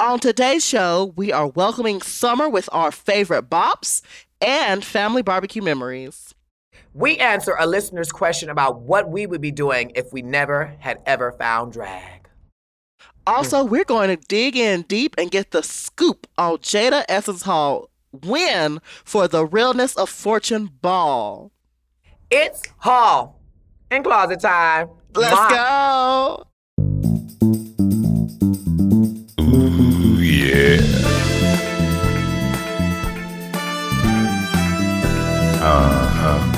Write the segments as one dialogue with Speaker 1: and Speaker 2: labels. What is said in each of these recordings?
Speaker 1: On today's show, we are welcoming summer with our favorite bops and family barbecue memories.
Speaker 2: We answer a listener's question about what we would be doing if we never had ever found drag.
Speaker 1: Also, we're going to dig in deep and get the scoop on Jada Essence Hall win for the Realness of Fortune Ball.
Speaker 2: It's haul and closet time.
Speaker 1: Let's
Speaker 2: My-
Speaker 1: go.
Speaker 3: Ooh, yeah. Uh-huh.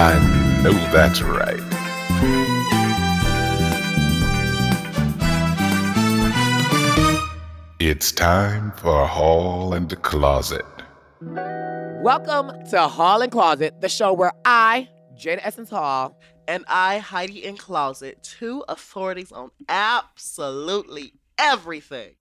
Speaker 3: I know that's right. It's time for Hall and the Closet.
Speaker 2: Welcome to Hall and Closet, the show where I, Jada Essence Hall,
Speaker 1: And I, Heidi in Closet, two authorities on absolutely everything.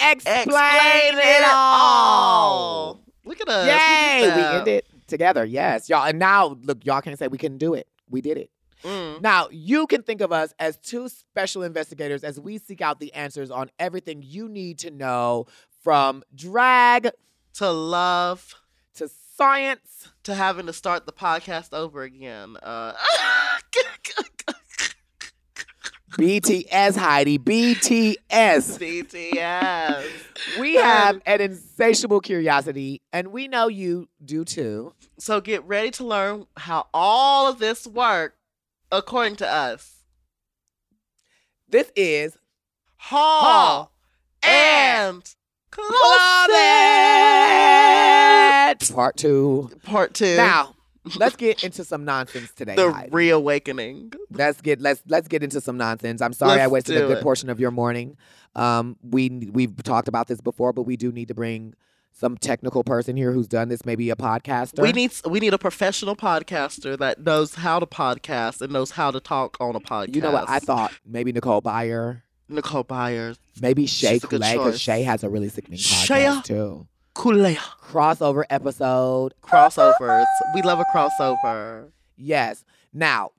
Speaker 2: explain,
Speaker 1: Explain
Speaker 2: it all.
Speaker 1: Look at us.
Speaker 2: Yay!
Speaker 1: We did
Speaker 2: We
Speaker 1: that.
Speaker 2: ended together. Yes, y'all. And now, look, y'all can't say we couldn't do it. We did it.
Speaker 1: Mm.
Speaker 2: Now, you can think of us as two special investigators as we seek out the answers on everything you need to know from drag
Speaker 1: To love,
Speaker 2: to science.
Speaker 1: to having to start the podcast over again. Uh,
Speaker 2: BTS, Heidi, BTS.
Speaker 1: BTS.
Speaker 2: We have an insatiable curiosity, and we know you do too.
Speaker 1: So get ready to learn how all of this works according to us.
Speaker 2: This is
Speaker 1: Hall and closet.
Speaker 2: Closet Part Two.
Speaker 1: Part two.
Speaker 2: Now, let's get into some nonsense today.
Speaker 1: the
Speaker 2: Heidi.
Speaker 1: reawakening.
Speaker 2: let's get let's let's get into some nonsense. I'm sorry I
Speaker 1: Let's
Speaker 2: wasted a
Speaker 1: do
Speaker 2: good
Speaker 1: it.
Speaker 2: portion of your morning. Um, we we've talked about this before, but we do need to bring some technical person here who's done this, maybe a podcaster.
Speaker 1: We need we need a professional podcaster that knows how to podcast and knows how to talk on a podcast.
Speaker 2: you know what I thought? Maybe Nicole Byer,
Speaker 1: Nicole Byers,
Speaker 2: maybe Shay
Speaker 1: She's a good
Speaker 2: Coulee, because
Speaker 1: choice.
Speaker 2: Shay has a really sickening
Speaker 1: Shea.
Speaker 2: podcast too.
Speaker 1: Kulea.
Speaker 2: Crossover episode,
Speaker 1: Crossovers. We love a crossover.
Speaker 2: yes. Now,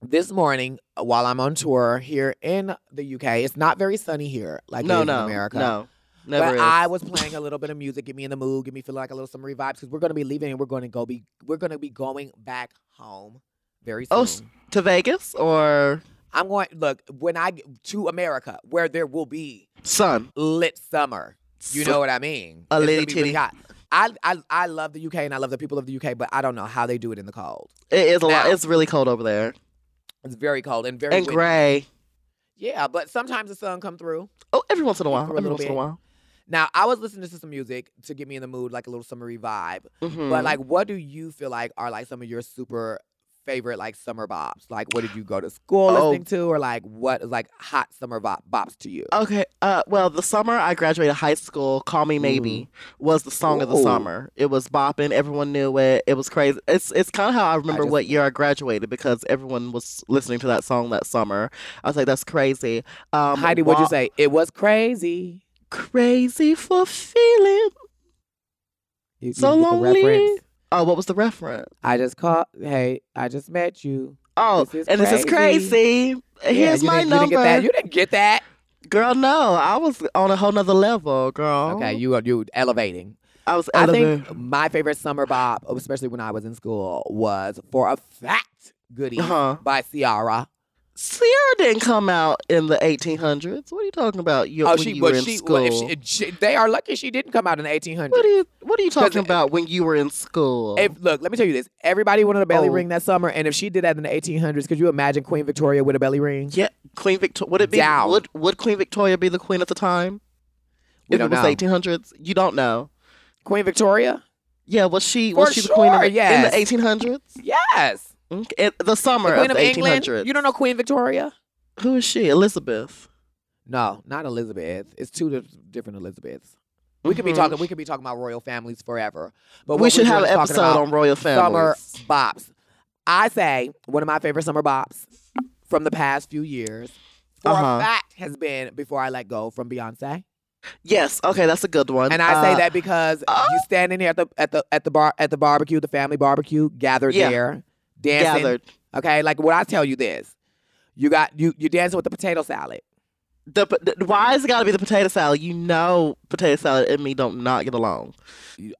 Speaker 2: this morning while I'm on tour here in the UK, it's not very sunny here like it
Speaker 1: no,
Speaker 2: is
Speaker 1: no,
Speaker 2: in America.
Speaker 1: no, never.
Speaker 2: but
Speaker 1: is.
Speaker 2: I was playing a little bit of music, get me in the mood, get me feeling like a little summery vibes because we're gonna be leaving and we're gonna go be we're gonna be going back home very soon.
Speaker 1: Oh, s- to Vegas or
Speaker 2: I'm going look when I get to America where there will be
Speaker 1: sun.
Speaker 2: lit summer. You know what I mean?
Speaker 1: A
Speaker 2: It's
Speaker 1: litty
Speaker 2: gonna be really
Speaker 1: titty.
Speaker 2: hot. I, I I love the UK and I love the people of the UK, but I don't know how they do it in the cold.
Speaker 1: it is a lot.
Speaker 2: Now.
Speaker 1: It's really cold over there
Speaker 2: It's very cold and very
Speaker 1: and
Speaker 2: windy.
Speaker 1: gray.
Speaker 2: Yeah, but sometimes the sun come through.
Speaker 1: Oh, every once in a
Speaker 2: For a
Speaker 1: while. Every
Speaker 2: little
Speaker 1: once in a
Speaker 2: bit.
Speaker 1: while.
Speaker 2: Now I was listening to some music to get me in the mood, like a little summery vibe.
Speaker 1: Mhm.
Speaker 2: But like, what do you feel like are like some of your super favorite like summer bops? Like, what did you go to school
Speaker 1: Oh.
Speaker 2: listening to, or like what is like hot summer bop bops to you?
Speaker 1: Okay. Uh, well, the summer I graduated high school, "Call Me Maybe" was the song of the
Speaker 2: Mm. Ooh.
Speaker 1: summer. It was bopping. Everyone knew it. It was crazy. It's it's kind of how I remember
Speaker 2: just-
Speaker 1: what year I graduated because everyone was listening to that song that summer. I was like, "That's crazy." Um,
Speaker 2: Heidi, what'd
Speaker 1: wa-
Speaker 2: you say? It was crazy.
Speaker 1: Crazy for feeling.
Speaker 2: You- you
Speaker 1: So
Speaker 2: get the
Speaker 1: lonely.
Speaker 2: reference?
Speaker 1: Oh, what was the reference?
Speaker 2: I just called. Hey, I just met you.
Speaker 1: Oh,
Speaker 2: This is
Speaker 1: and this is
Speaker 2: crazy.
Speaker 1: crazy. Here's
Speaker 2: yeah, you
Speaker 1: my
Speaker 2: didn't, You
Speaker 1: number,
Speaker 2: didn't get that. You didn't get that.
Speaker 1: girl. No, I was on a whole nother level, girl.
Speaker 2: Okay, you are you elevating.
Speaker 1: Oh. I was
Speaker 2: I
Speaker 1: elevated.
Speaker 2: think my favorite summer bop, especially when I was in school, was for a fact goodie
Speaker 1: Uh-huh.
Speaker 2: by Ciara.
Speaker 1: Sierra didn't come out in the 1800s. What are you talking about? You,
Speaker 2: Oh,
Speaker 1: when
Speaker 2: she
Speaker 1: you were
Speaker 2: was.
Speaker 1: in
Speaker 2: She,
Speaker 1: school.
Speaker 2: well, if she, she- They are lucky she didn't come out in the 1800s.
Speaker 1: what are you What are you talking
Speaker 2: it-
Speaker 1: about when you were in school?
Speaker 2: If look, let me tell you this: everybody wanted a belly
Speaker 1: Oh.
Speaker 2: ring that summer, and if she did that in the 1800s, could you imagine Queen Victoria with a belly ring?
Speaker 1: yeah, Queen Victoria. Would it be?
Speaker 2: Down.
Speaker 1: Would Would Queen Victoria be the queen at the time?
Speaker 2: We
Speaker 1: if
Speaker 2: don't
Speaker 1: it was
Speaker 2: know.
Speaker 1: 1800s, you don't know.
Speaker 2: Queen Victoria?
Speaker 1: Yeah, was she
Speaker 2: For
Speaker 1: was she the queen in
Speaker 2: sure,
Speaker 1: the,
Speaker 2: yes.
Speaker 1: in the 1800s?
Speaker 2: Yes,
Speaker 1: Mm, in the summer
Speaker 2: the Queen
Speaker 1: of
Speaker 2: of
Speaker 1: the
Speaker 2: England.
Speaker 1: 1800s.
Speaker 2: You don't know Queen Victoria?
Speaker 1: who is she? Elizabeth.
Speaker 2: No, not Elizabeth. It's two di- different Elizabeths. We could be
Speaker 1: Mhm.
Speaker 2: talking. We could be talking about royal families forever. But
Speaker 1: we
Speaker 2: what
Speaker 1: should
Speaker 2: we're
Speaker 1: have an
Speaker 2: doing is talking about
Speaker 1: episode on royal
Speaker 2: summer
Speaker 1: families.
Speaker 2: bops. I say one of my favorite summer bops from the past few years, for
Speaker 1: Uh-huh.
Speaker 2: a fact, has been "Before I Let Go" from Beyonce.
Speaker 1: Yes. Okay, that's a good one.
Speaker 2: And I say
Speaker 1: Uh,
Speaker 2: that because
Speaker 1: oh.
Speaker 2: you standing here at the at the at the bar at the barbecue, the family barbecue, gathered
Speaker 1: Yeah.
Speaker 2: there, dancing.
Speaker 1: gathered.
Speaker 2: Okay, like when I tell you this, You got you you dancing with the potato salad.
Speaker 1: The, the why has it got to be the potato salad? You know, potato salad and me don't not get along.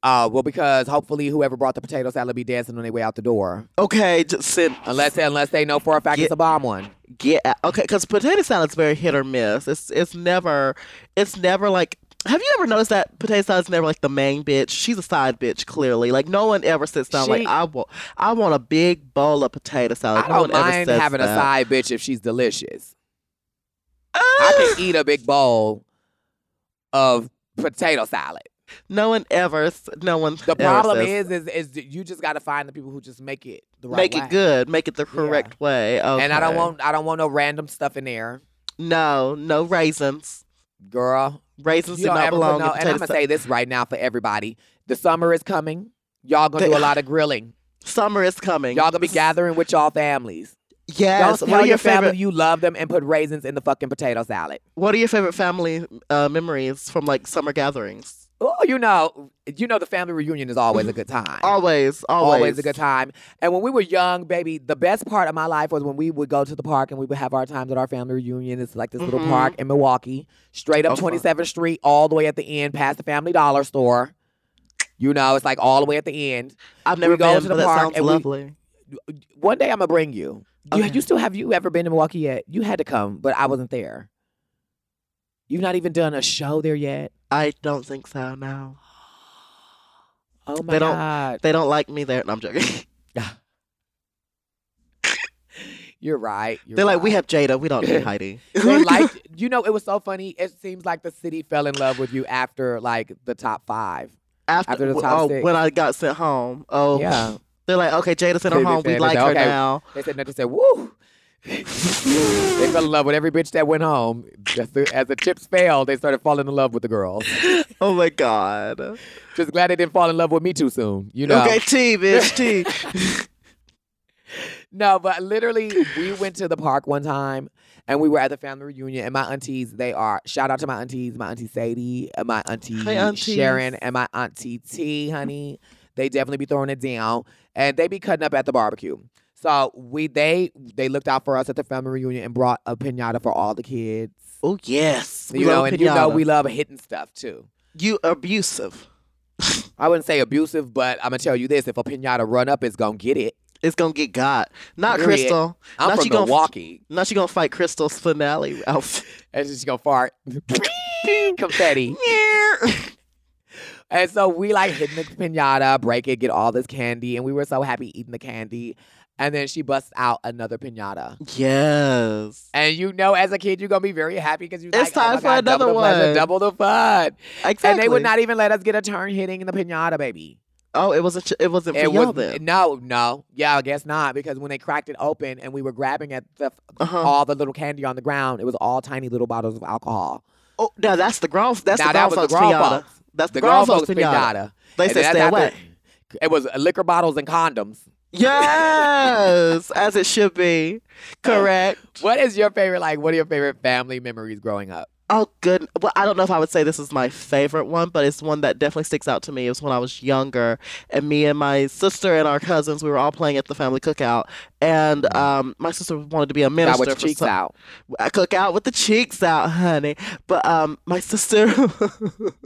Speaker 2: Uh, well, because hopefully whoever brought the potato salad be dancing on their way out the door,
Speaker 1: Okay, just send
Speaker 2: unless unless they know for a fact it's a bomb one.
Speaker 1: get out. okay because potato salad's very hit or miss. It's it's never it's never like. Have you ever noticed that potato salad's never like the main bitch? She's a side bitch clearly. Like no one ever sits down
Speaker 2: She-
Speaker 1: like I want I want a big bowl of potato salad.
Speaker 2: I
Speaker 1: no one
Speaker 2: don't mind
Speaker 1: ever says
Speaker 2: having
Speaker 1: that.
Speaker 2: a side bitch if she's delicious. I
Speaker 1: Ah!
Speaker 2: can eat a big bowl of potato salad.
Speaker 1: no one ever. s- No one.
Speaker 2: The
Speaker 1: ever
Speaker 2: problem
Speaker 1: says
Speaker 2: is, is, is that you just got to find the people who just make it the right
Speaker 1: make
Speaker 2: way.
Speaker 1: it good, make it the correct way. Okay.
Speaker 2: And I don't want, I don't want no random stuff in there,
Speaker 1: no, no raisins.
Speaker 2: girl.
Speaker 1: Raisins
Speaker 2: You
Speaker 1: do
Speaker 2: don't
Speaker 1: not
Speaker 2: ever
Speaker 1: belong
Speaker 2: put no,
Speaker 1: in
Speaker 2: and I'm
Speaker 1: potato
Speaker 2: gonna
Speaker 1: salad.
Speaker 2: say this right now for everybody: the summer is coming. Y'all gonna do
Speaker 1: They-
Speaker 2: a lot of grilling.
Speaker 1: Summer is coming.
Speaker 2: Y'all gonna be gathering with y'all families.
Speaker 1: Yes. What
Speaker 2: Don't tell
Speaker 1: are
Speaker 2: your
Speaker 1: your favorite?
Speaker 2: family you love them and put raisins in the fucking potato salad.
Speaker 1: What are your favorite family uh, memories from like summer gatherings?
Speaker 2: Oh, you know, you know, the family reunion is always a good time.
Speaker 1: Always, always,
Speaker 2: Always. a good time. And when we were young, baby, the best part of my life was when we would go to the park and we would have our times at our family reunion. It's like this
Speaker 1: Mhm.
Speaker 2: little park in Milwaukee, straight up
Speaker 1: Oh, fun.
Speaker 2: 27th Street, all the way at the end, past the Family Dollar store. You know, it's like all the way at the end.
Speaker 1: I've never
Speaker 2: We go
Speaker 1: been,
Speaker 2: to the
Speaker 1: but that
Speaker 2: park
Speaker 1: sounds
Speaker 2: and we-
Speaker 1: lovely.
Speaker 2: One day I'm gonna bring you. You,
Speaker 1: Okay.
Speaker 2: you still have you ever been to Milwaukee yet? You had to come, but I wasn't there. You've not even done a show there yet.
Speaker 1: I don't think so. No,
Speaker 2: Oh my
Speaker 1: They don't-
Speaker 2: god.
Speaker 1: they don't like me there. No, I'm joking.
Speaker 2: You're right. you're
Speaker 1: They're like, we
Speaker 2: right."
Speaker 1: have Jada. We don't need Heidi.
Speaker 2: they liked you know it was so funny it seems like the city fell in love with you after like the top five
Speaker 1: after,
Speaker 2: after the top
Speaker 1: oh,
Speaker 2: six.
Speaker 1: when I got sent home. Oh,
Speaker 2: Yeah.
Speaker 1: They're like, okay, Jada sent her
Speaker 2: Baby
Speaker 1: home. We
Speaker 2: Jada,
Speaker 1: like her
Speaker 2: okay.
Speaker 1: now.
Speaker 2: they said nothing said woo they fell in love with every bitch that went home Just the- as the chips fell they started falling in love with the girls
Speaker 1: Oh my god.
Speaker 2: just glad they didn't fall in love with me too soon you know
Speaker 1: Okay, T, bitch, T.
Speaker 2: No, but literally, we went to the park one time and we were at the family reunion. And my aunties, they are shout out to my aunties, my auntie Sadie, uh, my auntie
Speaker 1: Hey, aunties.
Speaker 2: Sharon, and my auntie T, honey. They definitely be throwing it down, and they be cutting up at the barbecue. So we they they looked out for us at the family reunion and brought a pinata for all the kids.
Speaker 1: oh yes, we
Speaker 2: you
Speaker 1: love
Speaker 2: know, and you know
Speaker 1: pinata.
Speaker 2: we love hitting stuff too.
Speaker 1: you abusive.
Speaker 2: I wouldn't say abusive, but I'm gonna tell you this: if a pinata run up, it's gonna get it.
Speaker 1: It's gonna get God. Not
Speaker 2: Period.
Speaker 1: Crystal.
Speaker 2: I'm
Speaker 1: Not you
Speaker 2: from
Speaker 1: gonna f-
Speaker 2: Milwaukee.
Speaker 1: Not you gonna fight Crystal's finale outfit.
Speaker 2: and she's gonna fart. confetti. And so we like hitting the pinata, break it, get all this candy, and we were so happy eating the candy. And then she busts out another pinata.
Speaker 1: yes.
Speaker 2: And you know, as a kid, you're gonna be very happy because you
Speaker 1: It's
Speaker 2: like, oh my
Speaker 1: time for
Speaker 2: God, double
Speaker 1: another
Speaker 2: the pleasure,
Speaker 1: one.
Speaker 2: double the fun.
Speaker 1: Exactly.
Speaker 2: And they would not even let us get a turn hitting the pinata, baby.
Speaker 1: Oh, it wasn't. It wasn't for
Speaker 2: It
Speaker 1: y'all
Speaker 2: was-
Speaker 1: then.
Speaker 2: no, no, yeah, I guess not because when they cracked it open and we were grabbing at the,
Speaker 1: Uh-huh.
Speaker 2: all the little candy on the ground, it was all tiny little bottles of alcohol.
Speaker 1: Oh, no, that's the grown. That's
Speaker 2: Now
Speaker 1: the
Speaker 2: that
Speaker 1: grown
Speaker 2: was the
Speaker 1: folks
Speaker 2: grown
Speaker 1: pinata.
Speaker 2: folks.
Speaker 1: That's the,
Speaker 2: The
Speaker 1: grown
Speaker 2: girls
Speaker 1: folks pinata.
Speaker 2: pinata.
Speaker 1: They
Speaker 2: And
Speaker 1: said
Speaker 2: that's
Speaker 1: stay
Speaker 2: after-
Speaker 1: away.
Speaker 2: It was liquor bottles and condoms.
Speaker 1: Yes, as it should be. Correct.
Speaker 2: What is your favorite? Like, what are your favorite family memories growing up?
Speaker 1: Oh, good. Well, I don't know if I would say this is my favorite one, but it's one that definitely sticks out to me. It was when I was younger, and me and my sister and our cousins, we were all playing at the family cookout, and um, my sister wanted to be a
Speaker 2: Got
Speaker 1: minister.
Speaker 2: with your
Speaker 1: for
Speaker 2: cheeks
Speaker 1: some-
Speaker 2: out.
Speaker 1: I cook out with the cheeks out, honey. But um, my sister,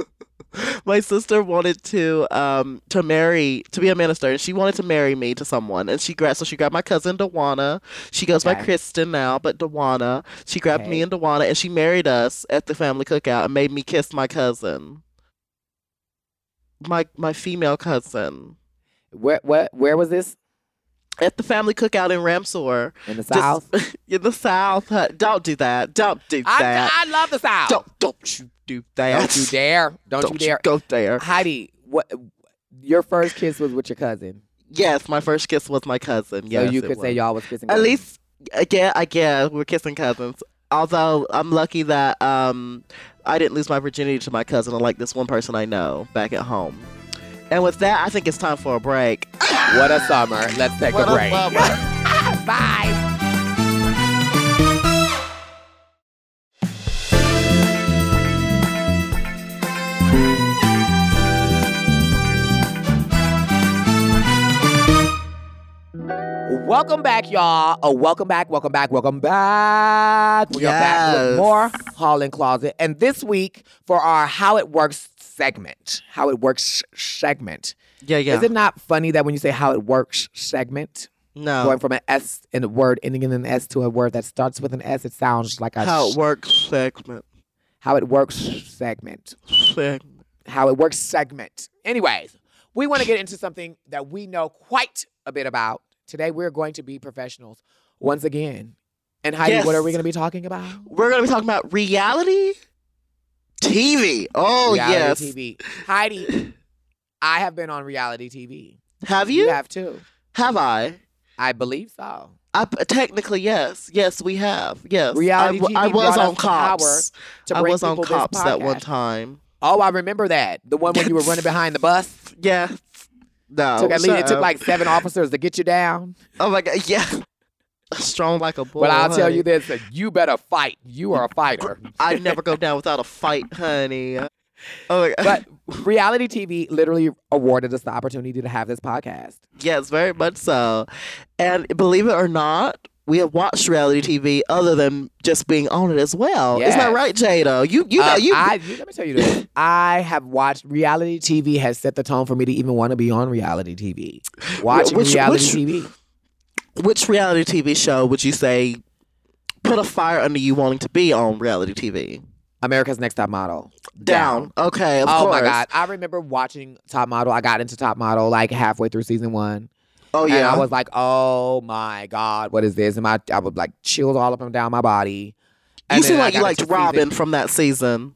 Speaker 1: my sister wanted to um to marry to be a minister, and she wanted to marry me to someone. And she grabbed so she grabbed my cousin Dawana. She goes by
Speaker 2: Okay.
Speaker 1: Kristen now, but Dawana. She grabbed
Speaker 2: Okay.
Speaker 1: me and Dawana, and she married us at the family cookout and made me kiss my cousin, my my female cousin,
Speaker 2: Where, what, where was this
Speaker 1: at the family cookout in Ramsor,
Speaker 2: in the
Speaker 1: Just-
Speaker 2: South?
Speaker 1: in the South. huh? Don't do that. Don't do that.
Speaker 2: I, I love the South.
Speaker 1: Don't don't you do that.
Speaker 2: Don't you dare! Don't,
Speaker 1: Don't
Speaker 2: you dare!
Speaker 1: go there.
Speaker 2: Heidi, what? Your first kiss was with your cousin,
Speaker 1: Yes, my first kiss was my cousin. Yes,
Speaker 2: so you
Speaker 1: it
Speaker 2: could say
Speaker 1: was.
Speaker 2: y'all was kissing.
Speaker 1: At
Speaker 2: cousins.
Speaker 1: least, yeah, I guess we're kissing cousins. Although I'm lucky that um, I didn't lose my virginity to my cousin, unlike this one person I know back at home. And with that, I think it's time for a break.
Speaker 2: What a summer! Let's take
Speaker 1: What
Speaker 2: a
Speaker 1: a
Speaker 2: break. Bye. Welcome Welcome back, y'all. Oh, welcome back, welcome back, welcome back. We are back with
Speaker 1: Yes.
Speaker 2: more Hall and Closet. And this week for our How It Works segment. How It Works segment.
Speaker 1: Yeah, yeah.
Speaker 2: Is it not funny that when you say How It Works segment,
Speaker 1: no.
Speaker 2: going from an S in a word ending in an S to a word that starts with an S, it sounds like a
Speaker 1: How
Speaker 2: sh-
Speaker 1: it works segment.
Speaker 2: how it works segment.
Speaker 1: Segment.
Speaker 2: How it works segment. Anyways, we want to get into something that we know quite a bit about. Today we're going to be professionals once again. And Heidi, what are we
Speaker 1: Yes.
Speaker 2: going to be talking about?
Speaker 1: We're gonna be talking about reality TV. Oh
Speaker 2: reality
Speaker 1: yes.
Speaker 2: TV. Heidi, I have been on reality TV.
Speaker 1: Have you?
Speaker 2: have too.
Speaker 1: Have I?
Speaker 2: I believe so.
Speaker 1: I technically yes, yes we have. Yes, I,
Speaker 2: Reality
Speaker 1: w- I
Speaker 2: TV
Speaker 1: was
Speaker 2: brought
Speaker 1: on
Speaker 2: us the power
Speaker 1: Cops.
Speaker 2: To
Speaker 1: I
Speaker 2: bring
Speaker 1: was on
Speaker 2: people this
Speaker 1: Cops that one
Speaker 2: podcast.
Speaker 1: time.
Speaker 2: Oh, I remember that. The one when you were running behind the bus.
Speaker 1: Yeah. No.
Speaker 2: took at least it
Speaker 1: Oh, shut
Speaker 2: took
Speaker 1: up.
Speaker 2: like seven officers to get you down.
Speaker 1: Oh my god. Yeah. Strong like a bull.
Speaker 2: but I'll tell
Speaker 1: honey.
Speaker 2: you this: that you better fight. You are a fighter.
Speaker 1: I never go down without a fight, honey. Oh my god.
Speaker 2: but reality TV literally awarded us the opportunity to have this podcast.
Speaker 1: yes, very much so. And believe it or not. We have watched reality TV other than just being on it as well. Isn't
Speaker 2: Yes.
Speaker 1: that right, Jada? You, you, know,
Speaker 2: Um,
Speaker 1: you.
Speaker 2: I, you- let me tell you this: I have watched reality TV has set the tone for me to even want to be on reality TV. Watching
Speaker 1: which-
Speaker 2: reality
Speaker 1: which-
Speaker 2: TV,
Speaker 1: which reality TV show would you say put a fire under you wanting to be on reality TV?
Speaker 2: America's Next Top Model.
Speaker 1: Down. Okay. Of
Speaker 2: oh
Speaker 1: course.
Speaker 2: my God! I remember watching Top Model. I got into Top Model like halfway through season one.
Speaker 1: Oh
Speaker 2: And
Speaker 1: yeah.
Speaker 2: I was like, oh my God, what is this? And my, I was like, chills all up and down my body. And
Speaker 1: you
Speaker 2: then
Speaker 1: seem
Speaker 2: I
Speaker 1: like you
Speaker 2: got
Speaker 1: liked
Speaker 2: into season-
Speaker 1: Robin from that season.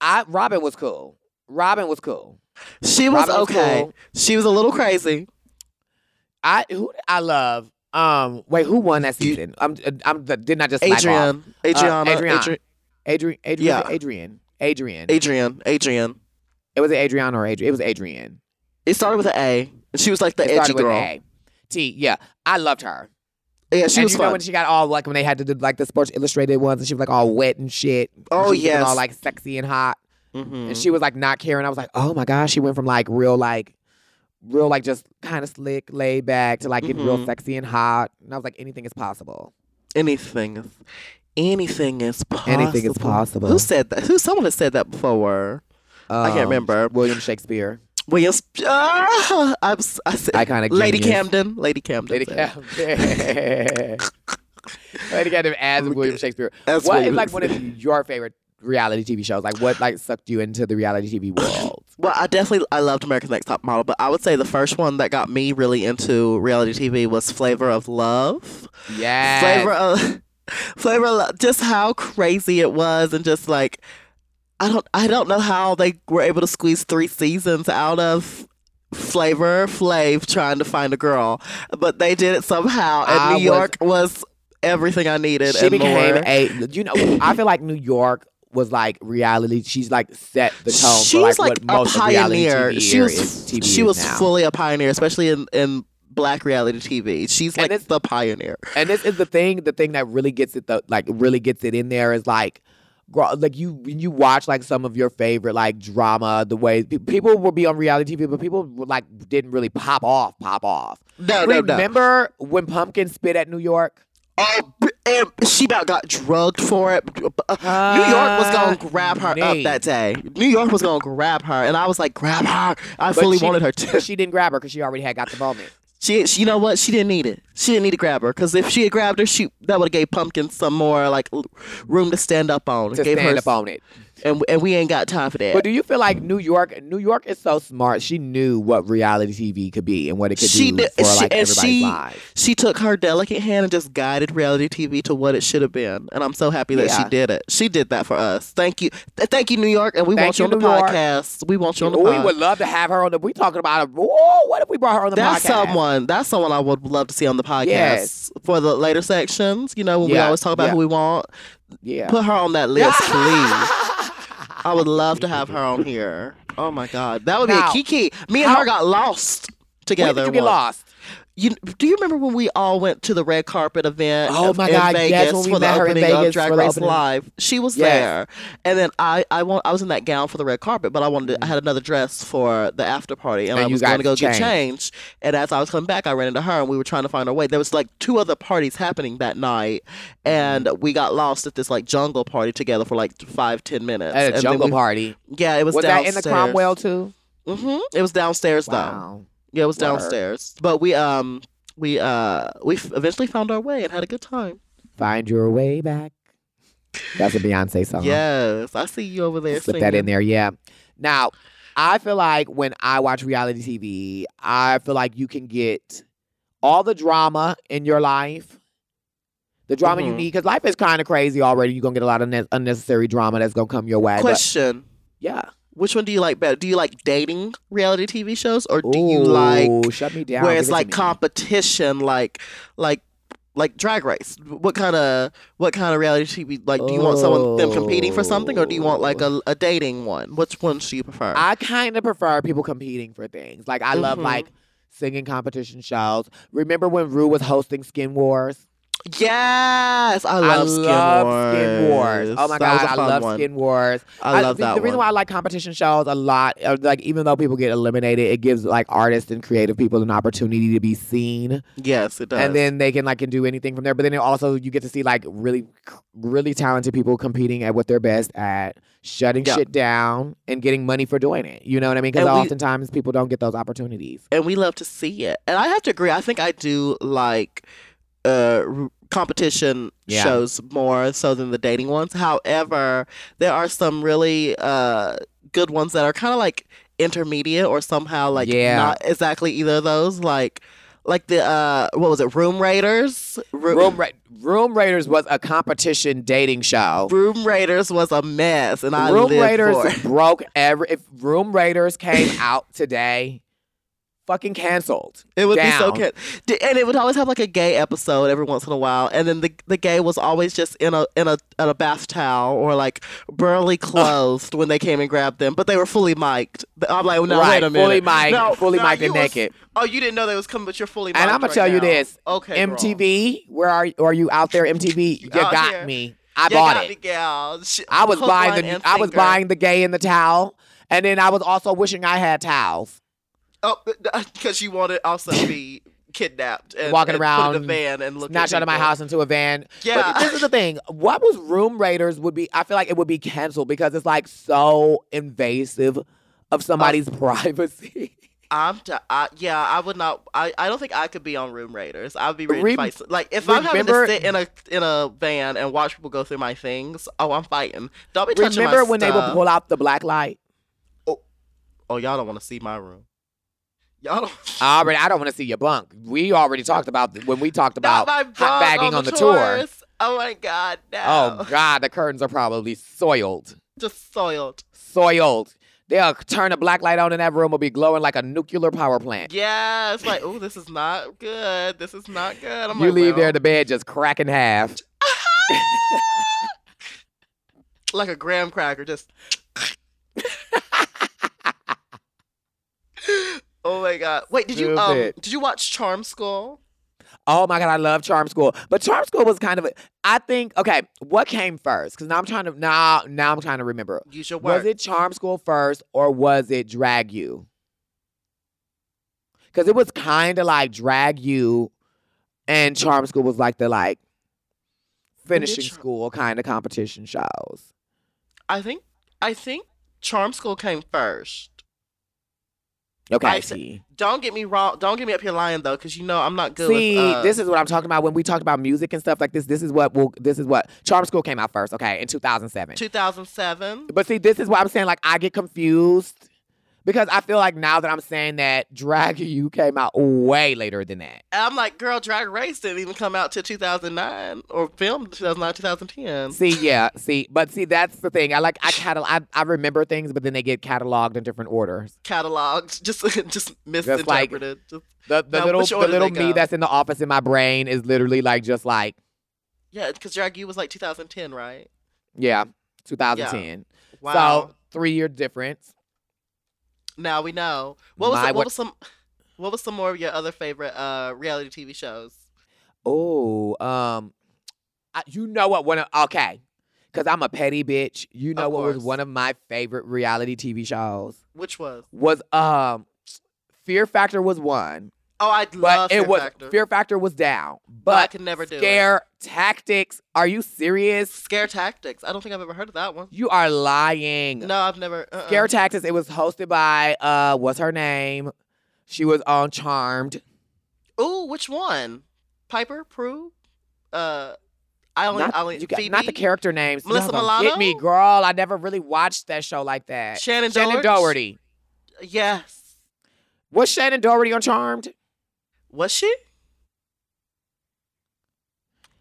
Speaker 2: I, Robin was cool. Robin was cool.
Speaker 1: She was
Speaker 2: Robin was
Speaker 1: okay.
Speaker 2: cool.
Speaker 1: She was a little crazy.
Speaker 2: I who did I love. Um, wait, who won that
Speaker 1: You-
Speaker 2: season? I'm, I'm the, didn't I just slack off?
Speaker 1: Adrian. Adriana.
Speaker 2: Adriana.
Speaker 1: Adri-
Speaker 2: Adrian, Adrian,
Speaker 1: Yeah.
Speaker 2: Adrian, Adrian.
Speaker 1: Adrian. Adrian.
Speaker 2: it was Adrian or Adrian. It was Adrian.
Speaker 1: It started with an A. She was like the
Speaker 2: it
Speaker 1: edgy
Speaker 2: started with
Speaker 1: girl.
Speaker 2: A. T. Yeah, I loved her.
Speaker 1: Yeah, she
Speaker 2: and
Speaker 1: was
Speaker 2: you know
Speaker 1: fun.
Speaker 2: when she got all like when they had to do like the Sports Illustrated ones, and she was like all wet and shit. and
Speaker 1: Oh,
Speaker 2: she was looking
Speaker 1: yes.
Speaker 2: all like sexy and hot.
Speaker 1: Mhm.
Speaker 2: and she was like not caring. I was like, oh my gosh, she went from like real like real like just kind of slick, laid back to like getting real
Speaker 1: Mhm.
Speaker 2: sexy and hot. And I was like, anything is possible.
Speaker 1: anything is anything is possible.
Speaker 2: Anything is possible.
Speaker 1: Who said that? Who someone has said that before? I can't
Speaker 2: Um,
Speaker 1: remember.
Speaker 2: William Shakespeare,
Speaker 1: William. Ah, I'm, s- I said,
Speaker 2: iconic
Speaker 1: Lady
Speaker 2: genius.
Speaker 1: Camden. Lady Camden.
Speaker 2: Lady
Speaker 1: said it.
Speaker 2: Camden, Lady Camden as William Shakespeare.
Speaker 1: That's
Speaker 2: What
Speaker 1: what
Speaker 2: is
Speaker 1: it
Speaker 2: like
Speaker 1: is.
Speaker 2: one of your favorite reality TV shows? Like what like sucked you into the reality TV world?
Speaker 1: Well, I definitely I loved America's Next Top Model, but I would say the first one that got me really into reality TV was Flavor of Love.
Speaker 2: Yeah,
Speaker 1: Flavor of Flavor of Love, just how crazy it was, and just like I don't I don't know how they were able to squeeze three seasons out of. Flavor Flav trying to find a girl, but they did it somehow. And
Speaker 2: I
Speaker 1: New York was everything I needed.
Speaker 2: she
Speaker 1: and
Speaker 2: became
Speaker 1: more.
Speaker 2: a you know i feel like new york was like reality she's like set the tone
Speaker 1: she
Speaker 2: for
Speaker 1: was
Speaker 2: like,
Speaker 1: like
Speaker 2: what
Speaker 1: a
Speaker 2: most of reality
Speaker 1: pioneer.
Speaker 2: TV
Speaker 1: She was
Speaker 2: is- TV
Speaker 1: she
Speaker 2: is
Speaker 1: was
Speaker 2: now.
Speaker 1: fully a pioneer, especially in in black reality TV. She's
Speaker 2: And
Speaker 1: like
Speaker 2: it's-
Speaker 1: the pioneer.
Speaker 2: and this is the thing the thing that really gets it the like really gets it in there is like gro- like you when you watch like some of your favorite like drama the way pe- people will be on reality tv but people were, like didn't really pop off pop off
Speaker 1: No, no, no.
Speaker 2: remember when pumpkin spit at new york
Speaker 1: Oh, b- and she about got drugged for it. B- uh, New York was gonna
Speaker 2: Ah,
Speaker 1: grab her
Speaker 2: Honey.
Speaker 1: up that day. New York was gonna grab her, and I was like, grab her. I fully
Speaker 2: she-
Speaker 1: wanted her to.
Speaker 2: she didn't grab her because she already had got the moment
Speaker 1: She, she, you know what? She didn't need it. She didn't need to grab her because if she had grabbed her, she that would have gave Pumpkin some more like l- room to stand up on.
Speaker 2: to
Speaker 1: Gave
Speaker 2: stand
Speaker 1: her,
Speaker 2: up on it
Speaker 1: and and we ain't got time for that.
Speaker 2: But do you feel like New York? New York is so smart. She knew what reality TV could be and what it could
Speaker 1: She
Speaker 2: do
Speaker 1: did-
Speaker 2: for
Speaker 1: she-
Speaker 2: like
Speaker 1: and
Speaker 2: everybody's
Speaker 1: she-
Speaker 2: lives.
Speaker 1: she took her delicate hand and just guided reality TV to what it should have been. And I'm so happy that
Speaker 2: Yeah.
Speaker 1: she did it. She did that for us. Thank you. Th- thank you, New York. And we
Speaker 2: Thank
Speaker 1: want you
Speaker 2: you,
Speaker 1: on the
Speaker 2: New York.
Speaker 1: podcast. We want you on the
Speaker 2: we
Speaker 1: podcast.
Speaker 2: would love to have her on the. We talking about a. Oh, what if we brought her on the
Speaker 1: that's
Speaker 2: podcast?
Speaker 1: someone. That's someone I would love to see on the podcast
Speaker 2: Yes.
Speaker 1: for the later sections. You know, when we
Speaker 2: Yeah,
Speaker 1: always talk about
Speaker 2: yeah.
Speaker 1: who we want,
Speaker 2: Yeah.
Speaker 1: put her on that list, please. I would love to have her on here. Oh my God, that would
Speaker 2: Now,
Speaker 1: be a key key. Me and
Speaker 2: how-
Speaker 1: her got lost
Speaker 2: When
Speaker 1: together.
Speaker 2: did you get
Speaker 1: once.
Speaker 2: lost?
Speaker 1: You do you remember when we all went to the red carpet event?
Speaker 2: Oh
Speaker 1: of-
Speaker 2: my
Speaker 1: in
Speaker 2: God, yes,
Speaker 1: Vegas
Speaker 2: when we
Speaker 1: for the
Speaker 2: met her in
Speaker 1: opening
Speaker 2: Vegas
Speaker 1: of Drag
Speaker 2: for the
Speaker 1: Race
Speaker 2: opening.
Speaker 1: Live. She was
Speaker 2: Yes.
Speaker 1: there, and then I I want I was in that gown for the red carpet, but I wanted to, I had another dress for the after party, and,
Speaker 2: And
Speaker 1: I
Speaker 2: you
Speaker 1: was going to
Speaker 2: guys
Speaker 1: go get
Speaker 2: changed.
Speaker 1: changed. And as I was coming back, I ran into her, and we were trying to find our way. There was like two other parties happening that night, and we got lost at this like jungle party together for like five ten minutes.
Speaker 2: at
Speaker 1: And
Speaker 2: a
Speaker 1: then
Speaker 2: jungle
Speaker 1: we-
Speaker 2: party.
Speaker 1: Yeah, it was,
Speaker 2: Was, that in the
Speaker 1: downstairs.
Speaker 2: Cromwell too?
Speaker 1: hmm It was downstairs though.
Speaker 2: Wow.
Speaker 1: Yeah, it was
Speaker 2: Word.
Speaker 1: downstairs. But we um we uh we f- eventually found our way and had a good time.
Speaker 2: Find your way back. That's a Beyonce song.
Speaker 1: Yes, I see you over there.
Speaker 2: Uh-huh. Slip that in
Speaker 1: singing.
Speaker 2: there. Yeah. Now, I feel like when I watch reality TV, I feel like you can get all the drama in your life, the drama you
Speaker 1: Mhm.
Speaker 2: need, because life is kind of crazy already. You're gonna get a lot of ne- unnecessary drama that's gonna come your way. but-
Speaker 1: Question:
Speaker 2: yeah.
Speaker 1: Which one do you like better? Do you like dating reality TV shows, or do you like
Speaker 2: Ooh, shut me down?
Speaker 1: where
Speaker 2: Give
Speaker 1: it's
Speaker 2: it to
Speaker 1: like
Speaker 2: me.
Speaker 1: competition, like like like Drag Race? What kind of what kind of reality TV? Like, do you want someone them competing for something, or do you want like a, a dating one? Which ones do you prefer?
Speaker 2: I kind of prefer people competing for things. Like I love
Speaker 1: Mhm.
Speaker 2: like singing competition shows. Remember when Rue was hosting Skin Wars?
Speaker 1: yes, I love, Skin,
Speaker 2: love Skin
Speaker 1: Wars.
Speaker 2: Wars. Oh my
Speaker 1: That was
Speaker 2: god,
Speaker 1: a
Speaker 2: I
Speaker 1: fun
Speaker 2: love
Speaker 1: one.
Speaker 2: Skin Wars.
Speaker 1: I love
Speaker 2: the,
Speaker 1: that
Speaker 2: The reason
Speaker 1: one.
Speaker 2: why I like competition shows a lot, uh, like even though people get eliminated, it gives like artists and creative people an opportunity to be seen,
Speaker 1: Yes, it does.
Speaker 2: and then they can like can do anything from there. But then it also you get to see like really, really talented people competing at what they're best at, shutting
Speaker 1: Yeah.
Speaker 2: shit down and getting money for doing it. You know what I mean? Because
Speaker 1: And we-
Speaker 2: oftentimes people don't get those opportunities.
Speaker 1: and we love to see it. And I have to agree. I think I do like uh, r- competition
Speaker 2: Yeah.
Speaker 1: shows more so than the dating ones. However, there are some really uh, good ones that are kind of like intermediate or somehow like
Speaker 2: Yeah.
Speaker 1: not exactly either of those. Like, like the uh, what was it? Room Raiders. Ru-
Speaker 2: Room, Ra- Room Raiders was a competition dating show.
Speaker 1: Room Raiders was a mess, and I
Speaker 2: Room
Speaker 1: lived
Speaker 2: Raiders
Speaker 1: for it.
Speaker 2: broke every. If Room Raiders came out today, fucking canceled.
Speaker 1: It would be so
Speaker 2: down.
Speaker 1: good, and it would always have like a gay episode every once in a while, and then the the gay was always just in a in a in a bath towel or like burly clothed when they came and grabbed them, but they were fully mic'd. I'm like, no,
Speaker 2: right,
Speaker 1: wait a minute,
Speaker 2: fully mic,
Speaker 1: no,
Speaker 2: fully
Speaker 1: no,
Speaker 2: mic'd
Speaker 1: you
Speaker 2: and
Speaker 1: was-
Speaker 2: naked.
Speaker 1: oh, you didn't know they was coming, but you're fully.
Speaker 2: And
Speaker 1: mic'd
Speaker 2: I'ma
Speaker 1: right
Speaker 2: tell you
Speaker 1: now.
Speaker 2: this,
Speaker 1: okay, girl.
Speaker 2: MTV, where are you, are you out there? MTV, you
Speaker 1: out
Speaker 2: got
Speaker 1: here.
Speaker 2: me. I
Speaker 1: You
Speaker 2: bought
Speaker 1: got
Speaker 2: it.
Speaker 1: me, gal. Sh-
Speaker 2: I was
Speaker 1: hook,
Speaker 2: buying
Speaker 1: line,
Speaker 2: the
Speaker 1: and
Speaker 2: I was
Speaker 1: sinker.
Speaker 2: buying the gay in the towel, and then I was also wishing I had towels.
Speaker 1: oh because you wanted also to be kidnapped and
Speaker 2: Walking
Speaker 1: and put in
Speaker 2: around,
Speaker 1: a van and looking
Speaker 2: Snatched out of my house into a van.
Speaker 1: Yeah.
Speaker 2: But this is the thing. What was Room Raiders would be, I feel like it would be canceled because it's like so invasive
Speaker 1: Oh.
Speaker 2: of somebody's privacy.
Speaker 1: I'm t- I, yeah, I would not. I, I don't think I could be on Room Raiders. I'd be ready
Speaker 2: Rem-
Speaker 1: to fight. some- Like if I'm having to
Speaker 2: remember-
Speaker 1: sit in a in a van and watch people go through my things. Oh, I'm fighting. Don't be touching
Speaker 2: Remember
Speaker 1: my
Speaker 2: when they would
Speaker 1: stuff.
Speaker 2: pull out the black light?
Speaker 1: Oh, y'all don't want to see my room. Y'all don't.
Speaker 2: I already, I don't want to see your bunk. We already talked about th- when we talked
Speaker 1: Not
Speaker 2: about
Speaker 1: my bug
Speaker 2: hot bagging on, the tour.
Speaker 1: tours. Oh my god, no.
Speaker 2: Oh God, the curtains are probably soiled,
Speaker 1: just soiled.
Speaker 2: soiled. They'll turn a black light on in that room will be glowing like a nuclear power plant.
Speaker 1: Yes, like oh, this is not good. This is not good. I'm
Speaker 2: you
Speaker 1: like,
Speaker 2: leave there,
Speaker 1: well,
Speaker 2: the bed just crack in half.
Speaker 1: like a graham cracker. Just. oh my god! Wait, did you um
Speaker 2: Stupid.
Speaker 1: did you watch Charm School?
Speaker 2: Oh my god, I love Charm School. But Charm School was kind of a, I think okay, what came first? Cuz now I'm trying to now now I'm trying to remember.
Speaker 1: Use your
Speaker 2: Was
Speaker 1: work.
Speaker 2: it Charm School first or was it Drag You? Cuz it was kind of like Drag You and Charm School was like the like
Speaker 1: did
Speaker 2: finishing
Speaker 1: Charm-
Speaker 2: school kind of competition shows.
Speaker 1: I think I think Charm School came first.
Speaker 2: Okay.
Speaker 1: I see.
Speaker 2: see,
Speaker 1: Don't get me wrong. Don't get me up here lying though, because you know I'm not good.
Speaker 2: see
Speaker 1: with, uh,
Speaker 2: this is what I'm talking about when we talked about music and stuff like this. This is what will this is what Charm School came out first, okay, in 2007.
Speaker 1: 2007.
Speaker 2: But see, this is why I'm saying like I get confused because I feel like now that I'm saying that Drag You came out way later than that.
Speaker 1: And I'm like, girl, Drag Race didn't even come out till 2009 or filmed 2009, 2010.
Speaker 2: See, yeah, see, but see, that's the thing. I like I catal I, I remember things, but then they get cataloged in different orders.
Speaker 1: Cataloged, just just
Speaker 2: like-
Speaker 1: misinterpreted. Just-
Speaker 2: The the
Speaker 1: Now,
Speaker 2: little
Speaker 1: which
Speaker 2: the
Speaker 1: order do
Speaker 2: little
Speaker 1: they
Speaker 2: me
Speaker 1: go?
Speaker 2: that's in the office in my brain is literally like just like
Speaker 1: yeah, because Drag U was like 2010, right?
Speaker 2: yeah, 2010.
Speaker 1: Wow.
Speaker 2: So three year difference.
Speaker 1: now we know. What was
Speaker 2: My
Speaker 1: it, what
Speaker 2: what-
Speaker 1: was some What was some more of your other favorite uh, reality TV shows?
Speaker 2: Oh, um, I, you know what? One of okay, because I'm a petty bitch. You know what was
Speaker 1: course.
Speaker 2: one of my favorite reality TV shows
Speaker 1: Which was?
Speaker 2: was um, Fear Factor was one,
Speaker 1: Oh, I love
Speaker 2: but
Speaker 1: Fear
Speaker 2: it was
Speaker 1: Factor.
Speaker 2: Fear Factor was down,
Speaker 1: but I
Speaker 2: but
Speaker 1: can never do it.
Speaker 2: Scare Tactics. Are you serious?
Speaker 1: Scare Tactics. I don't think I've ever heard of that one.
Speaker 2: You are lying.
Speaker 1: No, I've never. Uh-uh.
Speaker 2: Scare Tactics. It was hosted by uh, what's her name? She was on Charmed.
Speaker 1: Ooh, which one? Piper, Prue, uh, I only,
Speaker 2: Not,
Speaker 1: I only
Speaker 2: you got- not
Speaker 1: Phoebe?
Speaker 2: the character names. Y'all
Speaker 1: Melissa
Speaker 2: gonna Get me,
Speaker 1: Milano?
Speaker 2: girl. I never really watched that show like that.
Speaker 1: Shannon,
Speaker 2: Shannon
Speaker 1: George?
Speaker 2: Doherty.
Speaker 1: Yes,
Speaker 2: Was Shannon Doherty on Charmed?
Speaker 1: was she?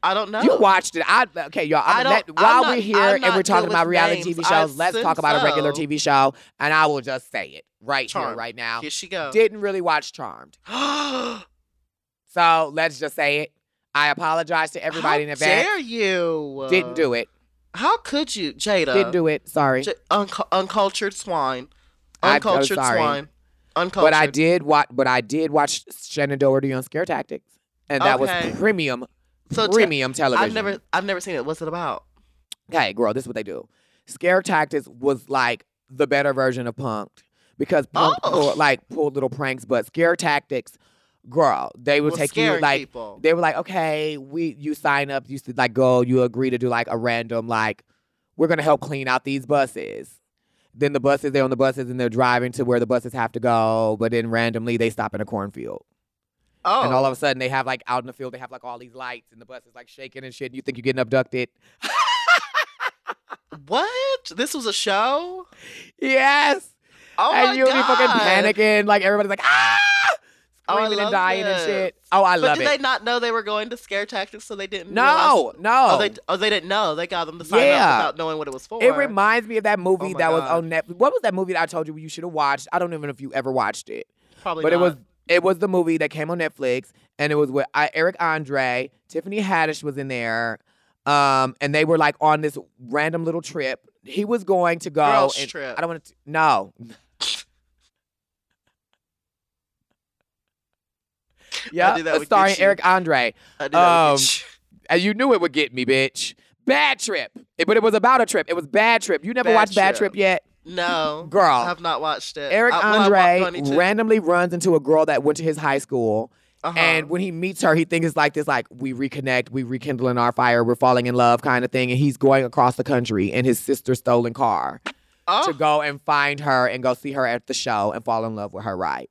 Speaker 1: I don't know.
Speaker 2: You watched it. I okay, y'all.
Speaker 1: I
Speaker 2: I'm
Speaker 1: don't-
Speaker 2: let-
Speaker 1: I'm
Speaker 2: while
Speaker 1: not-
Speaker 2: we're here
Speaker 1: I'm
Speaker 2: and
Speaker 1: not
Speaker 2: we're
Speaker 1: good
Speaker 2: talking
Speaker 1: with
Speaker 2: about reality
Speaker 1: names.
Speaker 2: TV
Speaker 1: I
Speaker 2: shows, let's
Speaker 1: assume
Speaker 2: talk about a regular
Speaker 1: so.
Speaker 2: TV show, and I will just say it right here,
Speaker 1: Charmed.
Speaker 2: right now.
Speaker 1: Here she goes.
Speaker 2: Didn't really watch Charmed, so let's just say it. I apologize to everybody in
Speaker 1: How
Speaker 2: advance.
Speaker 1: Dare you?
Speaker 2: Didn't do it.
Speaker 1: How could you, Jada?
Speaker 2: Didn't do it. Sorry,
Speaker 1: J- uncu- uncultured swine.
Speaker 2: I'm- I'm
Speaker 1: Uncultured
Speaker 2: sorry.
Speaker 1: swine. Uncultured.
Speaker 2: but I did watch. But I did watch Shannon Doherty on Scare Tactics, and that
Speaker 1: Okay.
Speaker 2: was premium,
Speaker 1: So te-
Speaker 2: premium television.
Speaker 1: I've never, I've never seen it. What's it about?
Speaker 2: hey girl, this is what they do. Scare Tactics was like the better version of Punked because Punked
Speaker 1: Oh.
Speaker 2: pulled, like pulled little pranks, but Scare Tactics, girl, they would
Speaker 1: Well,
Speaker 2: take you
Speaker 1: scaring
Speaker 2: like
Speaker 1: people.
Speaker 2: they were like, okay, we you sign up, you s- like go, you agree to do like a random like we're gonna help clean out these buses. Then the buses, they're on the buses and they're driving to where the buses have to go, but then randomly they stop in a cornfield.
Speaker 1: Oh,
Speaker 2: And all of a sudden they have like out in the field, they have like all these lights and the bus is like shaking and shit. And you think you're getting abducted.
Speaker 1: what? This was a show.
Speaker 2: Yes.
Speaker 1: Oh my
Speaker 2: and you'll
Speaker 1: god!
Speaker 2: be fucking panicking. Like everybody's like, ah,
Speaker 1: Oh, I
Speaker 2: screaming
Speaker 1: love
Speaker 2: and dying
Speaker 1: this.
Speaker 2: and shit. Oh, I
Speaker 1: But
Speaker 2: love
Speaker 1: did
Speaker 2: it.
Speaker 1: they not know they were going to scare tactics, so they didn't?
Speaker 2: no, no.
Speaker 1: realize- Oh, they oh they didn't know. They got them to sign
Speaker 2: Yeah.
Speaker 1: up without knowing what it was for.
Speaker 2: it reminds me of that movie
Speaker 1: Oh my
Speaker 2: that was
Speaker 1: God.
Speaker 2: on Netflix. What was that movie that I told you you should have watched? I don't even know if you ever watched it,
Speaker 1: Probably
Speaker 2: but it
Speaker 1: not.
Speaker 2: was it was the movie that came on Netflix, and it was with I, Eric Andre, Tiffany Haddish was in there, um, and they were like on this random little trip. He was going to go.
Speaker 1: Girls
Speaker 2: and-
Speaker 1: Trip.
Speaker 2: I don't want to. No. yeah,
Speaker 1: knew that would get
Speaker 2: uh, starring
Speaker 1: you.
Speaker 2: Eric Andre.
Speaker 1: I knew that was-
Speaker 2: um, And you knew it would get me, bitch. Bad Trip. It- but it was about a trip. It was Bad Trip. You never
Speaker 1: Bad
Speaker 2: watched Bad
Speaker 1: Trip.
Speaker 2: Trip yet?
Speaker 1: no, I
Speaker 2: Girl.
Speaker 1: have not watched it.
Speaker 2: Eric
Speaker 1: I, well, I wa- do I
Speaker 2: Andre
Speaker 1: need to-
Speaker 2: randomly runs into a girl that went to his high school.
Speaker 1: uh-huh.
Speaker 2: And when he meets her, he thinks it's like this, like, we reconnect, we rekindling our fire, we're falling in love kind of thing. And he's going across the country in his sister's stolen car
Speaker 1: oh,
Speaker 2: to go and find her and go see her at the show and fall in love with her right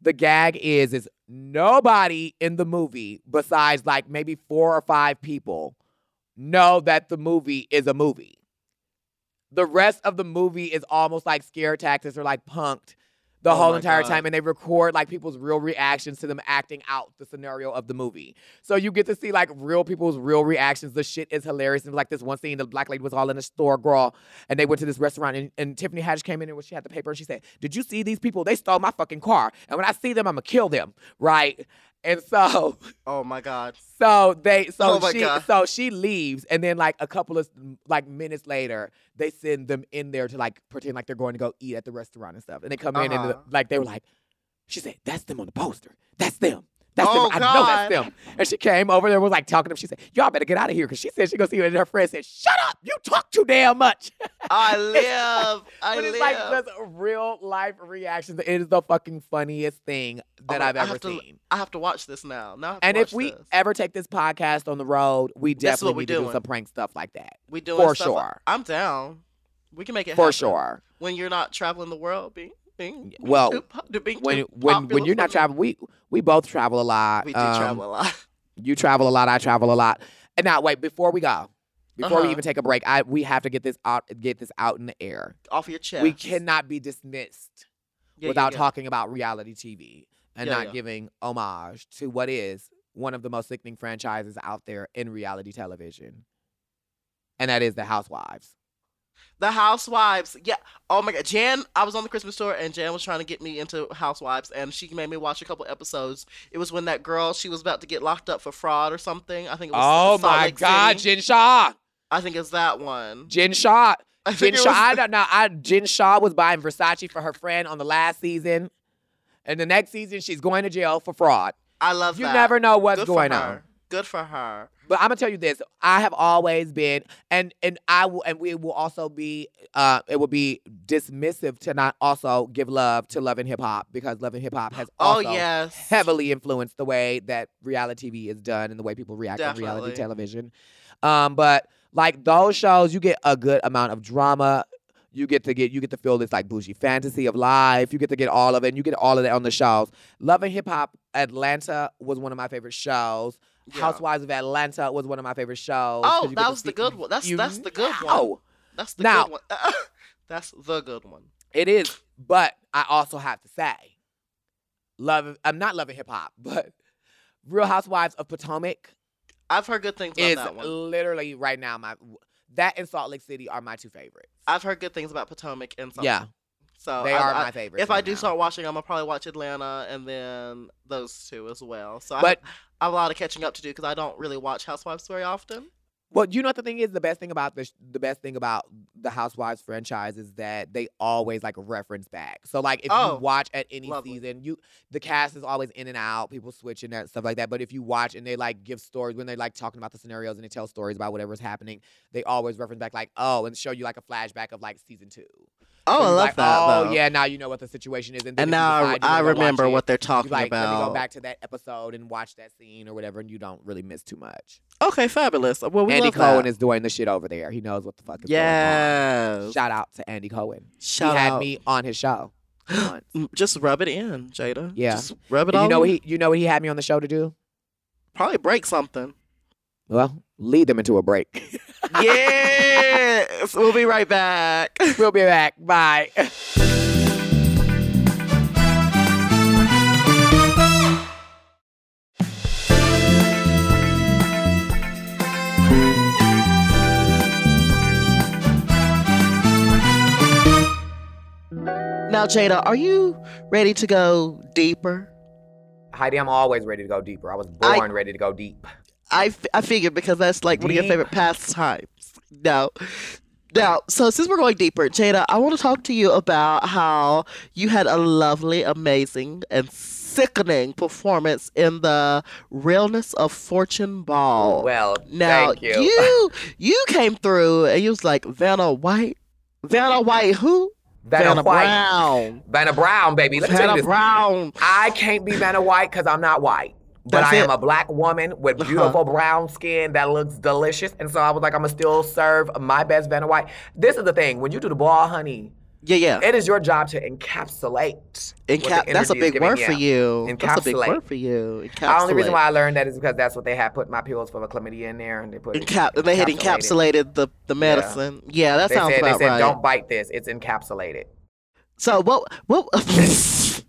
Speaker 2: the gag is is nobody in the movie besides like maybe four or five people know that the movie is a movie the rest of the movie is almost like scare tactics or like punked the
Speaker 1: Oh
Speaker 2: whole
Speaker 1: my
Speaker 2: entire
Speaker 1: God.
Speaker 2: time and they record like people's real reactions to them acting out the scenario of the movie so you get to see like real people's real reactions the shit is hilarious and like this one scene the black lady was all in a store girl and they went to this restaurant and, and Tiffany Haddish came in and when she had the paper and she said, Did you see these people? They stole my fucking car. And when I see them, I'm gonna kill them. Right. And so
Speaker 1: oh my god!
Speaker 2: so they so
Speaker 1: Oh my
Speaker 2: she
Speaker 1: God.
Speaker 2: so she leaves and then like a couple of like minutes later, they send them in there to like pretend like they're going to go eat at the restaurant and stuff. And they come in and
Speaker 1: Uh-huh.
Speaker 2: like they were like, She said, That's them on the poster. That's them. That's
Speaker 1: Oh,
Speaker 2: them. I know that's
Speaker 1: God.
Speaker 2: them. And she came over there and was like talking to them. She said, Y'all better get out of here because she said she gonna see you. And her friend said, Shut up, you talk too damn much.
Speaker 1: I live. I
Speaker 2: but it's
Speaker 1: live.
Speaker 2: like just real life reactions. It is the fucking funniest thing that
Speaker 1: my-
Speaker 2: I've
Speaker 1: I
Speaker 2: ever
Speaker 1: have to-
Speaker 2: seen.
Speaker 1: I have to watch this now. Now I have to
Speaker 2: And
Speaker 1: watch
Speaker 2: if we
Speaker 1: this.
Speaker 2: ever take this podcast on the road, we
Speaker 1: This is what
Speaker 2: definitely
Speaker 1: we
Speaker 2: need to do
Speaker 1: doing.
Speaker 2: some prank stuff like that.
Speaker 1: we doing
Speaker 2: for
Speaker 1: stuff,
Speaker 2: sure.
Speaker 1: I'm down. We can make it
Speaker 2: For
Speaker 1: happen.
Speaker 2: sure.
Speaker 1: When you're not traveling the world, being being
Speaker 2: Well,
Speaker 1: too, po- to being
Speaker 2: When
Speaker 1: too
Speaker 2: when when
Speaker 1: popular
Speaker 2: you're
Speaker 1: for
Speaker 2: not
Speaker 1: me.
Speaker 2: traveling, we we both travel a lot.
Speaker 1: we do
Speaker 2: Um,
Speaker 1: travel a lot.
Speaker 2: You travel a lot. I travel a lot. And now wait, before we go, before we
Speaker 1: Uh-huh.
Speaker 2: even take a break, I we have to get this out get this out in the air.
Speaker 1: Off your chest.
Speaker 2: We cannot be dismissed
Speaker 1: Yeah, yeah,
Speaker 2: without
Speaker 1: yeah.
Speaker 2: talking about reality TV and
Speaker 1: Yeah,
Speaker 2: not
Speaker 1: yeah.
Speaker 2: giving homage to what is one of the most sickening franchises out there in reality television. And that is The Housewives.
Speaker 1: The Housewives. Yeah. Oh my God. Jan, I was on the Christmas tour and Jan was trying to get me into Housewives and she made me watch a couple episodes. It was when that girl, she was about to get locked up for fraud or something. I think it was
Speaker 2: Oh
Speaker 1: Salt Lake City.
Speaker 2: Jin Shaw.
Speaker 1: I think it's that one.
Speaker 2: Jin Shaw.
Speaker 1: I
Speaker 2: Jin
Speaker 1: think it
Speaker 2: Shaw. I
Speaker 1: was-
Speaker 2: don't know. I Jin Shaw was buying Versace for her friend on the last season. And the next season, she's going to jail for fraud.
Speaker 1: I love
Speaker 2: you
Speaker 1: that.
Speaker 2: never know what's
Speaker 1: Good
Speaker 2: going
Speaker 1: for
Speaker 2: on.
Speaker 1: her. Good for her.
Speaker 2: But I'm gonna tell you this: I have always been, and and I will, and we will also be, uh, it will be dismissive to not also give love to Love and Hip Hop because Love and Hip Hop has
Speaker 1: Oh
Speaker 2: also
Speaker 1: yes.
Speaker 2: heavily influenced the way that reality TV is done and the way people react to reality
Speaker 1: Definitely.
Speaker 2: television. Um, but like those shows, you get a good amount of drama. You get to get you get to feel this like bougie fantasy of life. You get to get all of it. and You get all of that on the shows. Love and Hip Hop Atlanta was one of my favorite shows.
Speaker 1: Yeah.
Speaker 2: Housewives of Atlanta was one of my favorite shows. 'cause
Speaker 1: Oh,
Speaker 2: you get
Speaker 1: that
Speaker 2: to
Speaker 1: was the
Speaker 2: see-
Speaker 1: good one. That's
Speaker 2: you
Speaker 1: that's the good one.
Speaker 2: know.
Speaker 1: That's the
Speaker 2: Now-
Speaker 1: good one. that's the good one.
Speaker 2: It is, but I also have to say, love. I'm not loving hip hop, but Real Housewives of Potomac
Speaker 1: I've heard good things about
Speaker 2: is
Speaker 1: that one.
Speaker 2: literally right now my that and Salt Lake City are my two favorites.
Speaker 1: I've heard good things about Potomac and Salt
Speaker 2: yeah,
Speaker 1: So
Speaker 2: they
Speaker 1: I,
Speaker 2: are
Speaker 1: I-
Speaker 2: my favorites.
Speaker 1: if I
Speaker 2: right
Speaker 1: do
Speaker 2: now.
Speaker 1: start watching, I'm gonna probably watch Atlanta and then those two as well. So
Speaker 2: But-
Speaker 1: I, I have a lot of catching up to do because I don't really watch Housewives very often.
Speaker 2: Well, you know what the thing is? The best thing about the sh- the best thing about the Housewives franchise is that they always like reference back. So like if
Speaker 1: Oh,
Speaker 2: you watch at any
Speaker 1: lovely.
Speaker 2: season, you the cast is always in and out, people switching and stuff like that. But if you watch and they like give stories when they like talking about the scenarios and they tell stories about whatever's happening, they always reference back like oh and show you like a flashback of like season two.
Speaker 1: Oh, I
Speaker 2: So you
Speaker 1: love
Speaker 2: like,
Speaker 1: that.
Speaker 2: Oh
Speaker 1: though.
Speaker 2: yeah, now you know what the situation is. And, then
Speaker 1: And
Speaker 2: if you
Speaker 1: now I,
Speaker 2: decide you
Speaker 1: I
Speaker 2: wanna watch
Speaker 1: remember
Speaker 2: it,
Speaker 1: what they're
Speaker 2: you
Speaker 1: talking
Speaker 2: like,
Speaker 1: about.
Speaker 2: Let me go back to that episode and watch that scene or whatever, and you don't really miss too much.
Speaker 1: Okay, fabulous. Well, we
Speaker 2: Andy
Speaker 1: love
Speaker 2: Cohen
Speaker 1: that.
Speaker 2: is doing the shit over there. He knows what the fuck is going on.
Speaker 1: yes.
Speaker 2: Shout out to Andy Cohen.
Speaker 1: Shout
Speaker 2: he had
Speaker 1: out.
Speaker 2: me on his show. once.
Speaker 1: M- Just rub it in, Jada.
Speaker 2: Yeah.
Speaker 1: Just rub it
Speaker 2: And you
Speaker 1: all
Speaker 2: know what
Speaker 1: in.
Speaker 2: he you know what he had me on the show to do?
Speaker 1: probably break something.
Speaker 2: Well, lead them into a break.
Speaker 1: yes. We'll be right back.
Speaker 2: we'll be back. Bye.
Speaker 1: Now, Jada, are you ready to go deeper?
Speaker 2: Heidi, I'm always ready to go deeper. I was
Speaker 1: I-
Speaker 2: born ready to go deep.
Speaker 1: I, f- I figured because that's like one of your
Speaker 2: Deep.
Speaker 1: favorite pastimes. No. Now, so since we're going deeper, Jada, I want to talk to you about how you had a lovely, amazing, and sickening performance in the Realness of Fortune Ball.
Speaker 2: well,
Speaker 1: now,
Speaker 2: thank Oh. you.
Speaker 1: you you came through and you was like Vanna White, Vanna White who?
Speaker 2: Vanna White.
Speaker 1: Brown,
Speaker 2: Vanna Brown, baby. Let me tell you
Speaker 1: Vanna
Speaker 2: this.
Speaker 1: Brown.
Speaker 2: I can't be Vanna White because I'm not white. But
Speaker 1: That's
Speaker 2: I am
Speaker 1: it.
Speaker 2: a black woman with
Speaker 1: Uh-huh.
Speaker 2: beautiful brown skin that looks delicious. And so I was like, I'm going to still serve my best Vanna White. This is the thing when you do the ball, honey,
Speaker 1: Yeah, yeah.
Speaker 2: it is your job to encapsulate.
Speaker 1: And
Speaker 2: what
Speaker 1: cap-
Speaker 2: the
Speaker 1: that's a
Speaker 2: energy
Speaker 1: big
Speaker 2: is giving
Speaker 1: word for
Speaker 2: you.
Speaker 1: you. That's a big
Speaker 2: Encapsulate.
Speaker 1: word for you.
Speaker 2: The only reason
Speaker 1: Encapsulate.
Speaker 2: why I learned that is because that's what they had put my pills for the chlamydia in there. And they put it-
Speaker 1: Encap- they had
Speaker 2: encapsulated.
Speaker 1: encapsulated the, the medicine. Yeah, that
Speaker 2: They
Speaker 1: sounds
Speaker 2: said,
Speaker 1: about
Speaker 2: they said
Speaker 1: right.
Speaker 2: don't bite this. It's encapsulated.
Speaker 1: So what what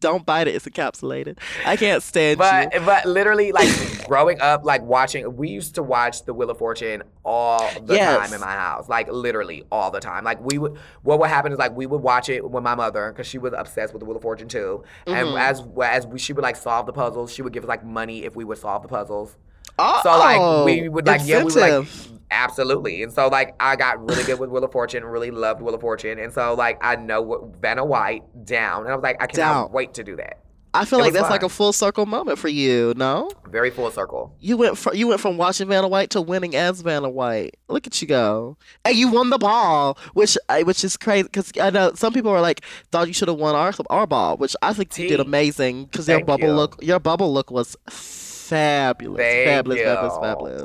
Speaker 1: don't bite it, it's encapsulated. I can't stand
Speaker 2: But
Speaker 1: you.
Speaker 2: but literally, like growing up, like watching, we used to watch The Wheel of Fortune all the
Speaker 1: Yes.
Speaker 2: time in my house. Like literally all the time. Like we would, what would happen is like we would watch it with my mother because she was obsessed with The Wheel of Fortune too. And
Speaker 1: Mhm.
Speaker 2: as as we, she would like solve the puzzles, she would give us like money if we would solve the puzzles.
Speaker 1: Oh,
Speaker 2: So like we would like yeah we would
Speaker 1: incentive.
Speaker 2: like absolutely. And so like I got really good with Wheel of Fortune, really loved Wheel of Fortune, and so like I know what Vanna White down, and I was like I cannot
Speaker 1: Down.
Speaker 2: wait to do that.
Speaker 1: I feel
Speaker 2: it
Speaker 1: like
Speaker 2: was
Speaker 1: that's
Speaker 2: fun.
Speaker 1: like a full circle moment for you, no?
Speaker 2: Very full circle.
Speaker 1: You went from you went from watching Vanna White to winning as Vanna White. Look at you go, and you won the ball, which I- which is crazy because I know some people are like thought you should have won our our ball, which I think you did
Speaker 2: Tea.
Speaker 1: amazing because your
Speaker 2: Thank
Speaker 1: bubble
Speaker 2: you.
Speaker 1: look your bubble look was fabulous,
Speaker 2: Thank
Speaker 1: fabulous, fabulous,
Speaker 2: you.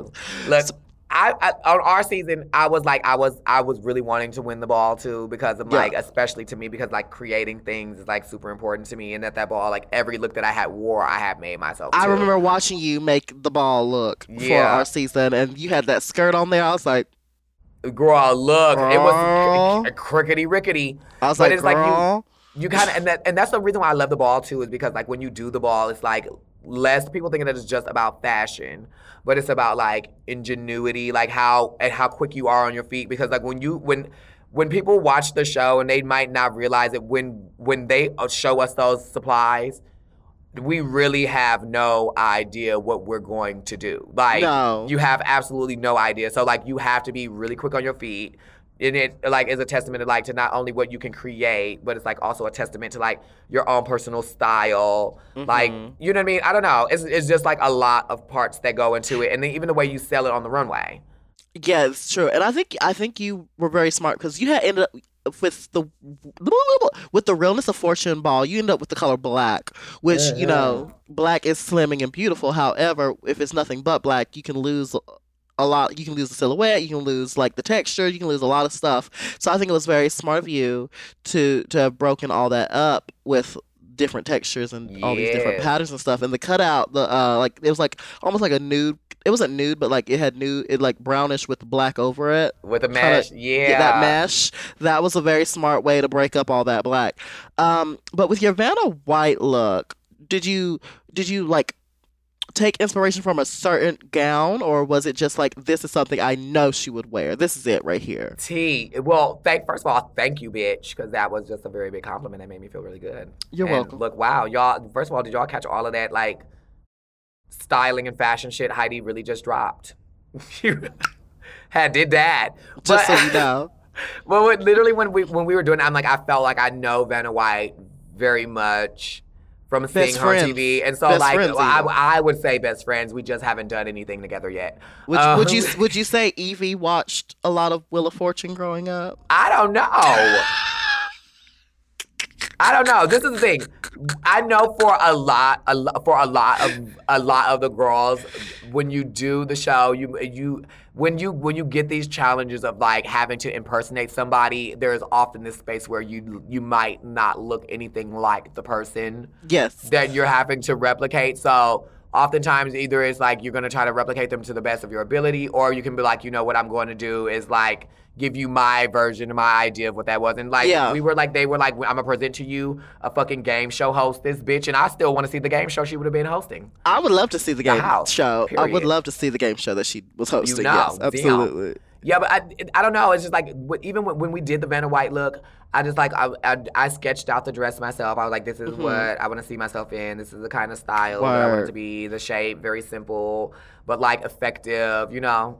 Speaker 1: fabulous.
Speaker 2: Look, I, I on our season, I was like, I was, I was really wanting to win the ball too because of
Speaker 1: Yeah.
Speaker 2: like, especially to me because like creating things is like super important to me, and at that ball, like every look that I had wore, I had made myself.
Speaker 1: I
Speaker 2: too.
Speaker 1: remember watching you make the ball look for
Speaker 2: Yeah.
Speaker 1: our season, and you had that skirt on there. I was like,
Speaker 2: girl, look, it was
Speaker 1: Girl.
Speaker 2: cr- crickety rickety.
Speaker 1: I was
Speaker 2: But
Speaker 1: like,
Speaker 2: it's like you-
Speaker 1: girl,
Speaker 2: You kind of and that and that's the reason why I love the ball too is because like when you do the ball, it's like less people thinking that it's just about fashion, but it's about like ingenuity, like how and how quick you are on your feet. Because like when you when when people watch the show and they might not realize it when when they uh, show us those supplies, we really have no idea what we're going to do. Like
Speaker 1: No.
Speaker 2: you have absolutely no idea. So like you have to be really quick on your feet. and it like is a testament to like to not only what you can create, but it's like also a testament to like your own personal style. Like
Speaker 1: Mhm.
Speaker 2: you know what I mean? I don't know. It's it's just like a lot of parts that go into it, and then even the way you sell it on the runway.
Speaker 1: Yeah, it's true, and I think I think you were very smart because you had ended up with the with the realness of fortune ball. You ended up with the color black, which you know black is slimming and beautiful. However, if it's nothing but black, you can lose a lot. You can lose the silhouette. You can lose like the texture. You can lose a lot of stuff. So I think it was very smart of you to to have broken all that up with different textures and all these different
Speaker 2: Yes.
Speaker 1: patterns and stuff. And the cutout, the uh, like it was like almost like a nude. It wasn't nude, but like it had nude, it like brownish with black over it.
Speaker 2: With a
Speaker 1: Kinda
Speaker 2: mesh,
Speaker 1: Get
Speaker 2: yeah,
Speaker 1: that mesh. That was a very smart way to break up all that black. Um, but with your Vanna White look, did you did you like take inspiration from a certain gown, or was it just like this is something I know she would wear? This is it right here.
Speaker 2: T. Well, thank first of all, thank you, bitch, because that was just a very big compliment that made me feel really good.
Speaker 1: You're
Speaker 2: And
Speaker 1: welcome.
Speaker 2: Look, wow, y'all. First of all, did y'all catch all of that like styling and fashion shit Heidi really just dropped? You had did that,
Speaker 1: Just
Speaker 2: But-
Speaker 1: so you know.
Speaker 2: well, what, literally when we when we were doing, it, I'm like, I felt like I know Vanna White very much from seeing her on
Speaker 1: friends.
Speaker 2: TV, and so
Speaker 1: Best
Speaker 2: like
Speaker 1: friends,
Speaker 2: I,
Speaker 1: even.
Speaker 2: I would say best friends. We just haven't done anything together yet.
Speaker 1: Would, would you
Speaker 2: Um,
Speaker 1: would you say Evie watched a lot of Wheel of Fortune growing up?
Speaker 2: I don't know. I don't know. This is the thing. I know for a lot, a lot for a lot of a lot of the girls, when you do the show, you you when you when you get these challenges of like having to impersonate somebody, there is often this space where you you might not look anything like the person
Speaker 1: Yes.
Speaker 2: that you're having to replicate. So oftentimes either it's like you're gonna try to replicate them to the best of your ability, or you can be like, you know what I'm going to do is like give you my version, my idea of what that was. And like
Speaker 1: Yeah.
Speaker 2: we were like they were like, I'm gonna present to you a fucking game show host this bitch, and I still wanna see the game show she would have been hosting.
Speaker 1: I would love to see the game
Speaker 2: house,
Speaker 1: show. I would
Speaker 2: period.
Speaker 1: love to see the game show that she was hosting.
Speaker 2: know,
Speaker 1: yes,
Speaker 2: damn.
Speaker 1: absolutely.
Speaker 2: Yeah, but I, I don't know. It's just like w- even when, when we did the Vanna White look, I just like I, I, I sketched out the dress myself. I was like, this is
Speaker 1: Mhm.
Speaker 2: what I want to see myself in. This is the kind of style that I want it to
Speaker 1: Word.
Speaker 2: be. The shape, very simple, but like effective. You know,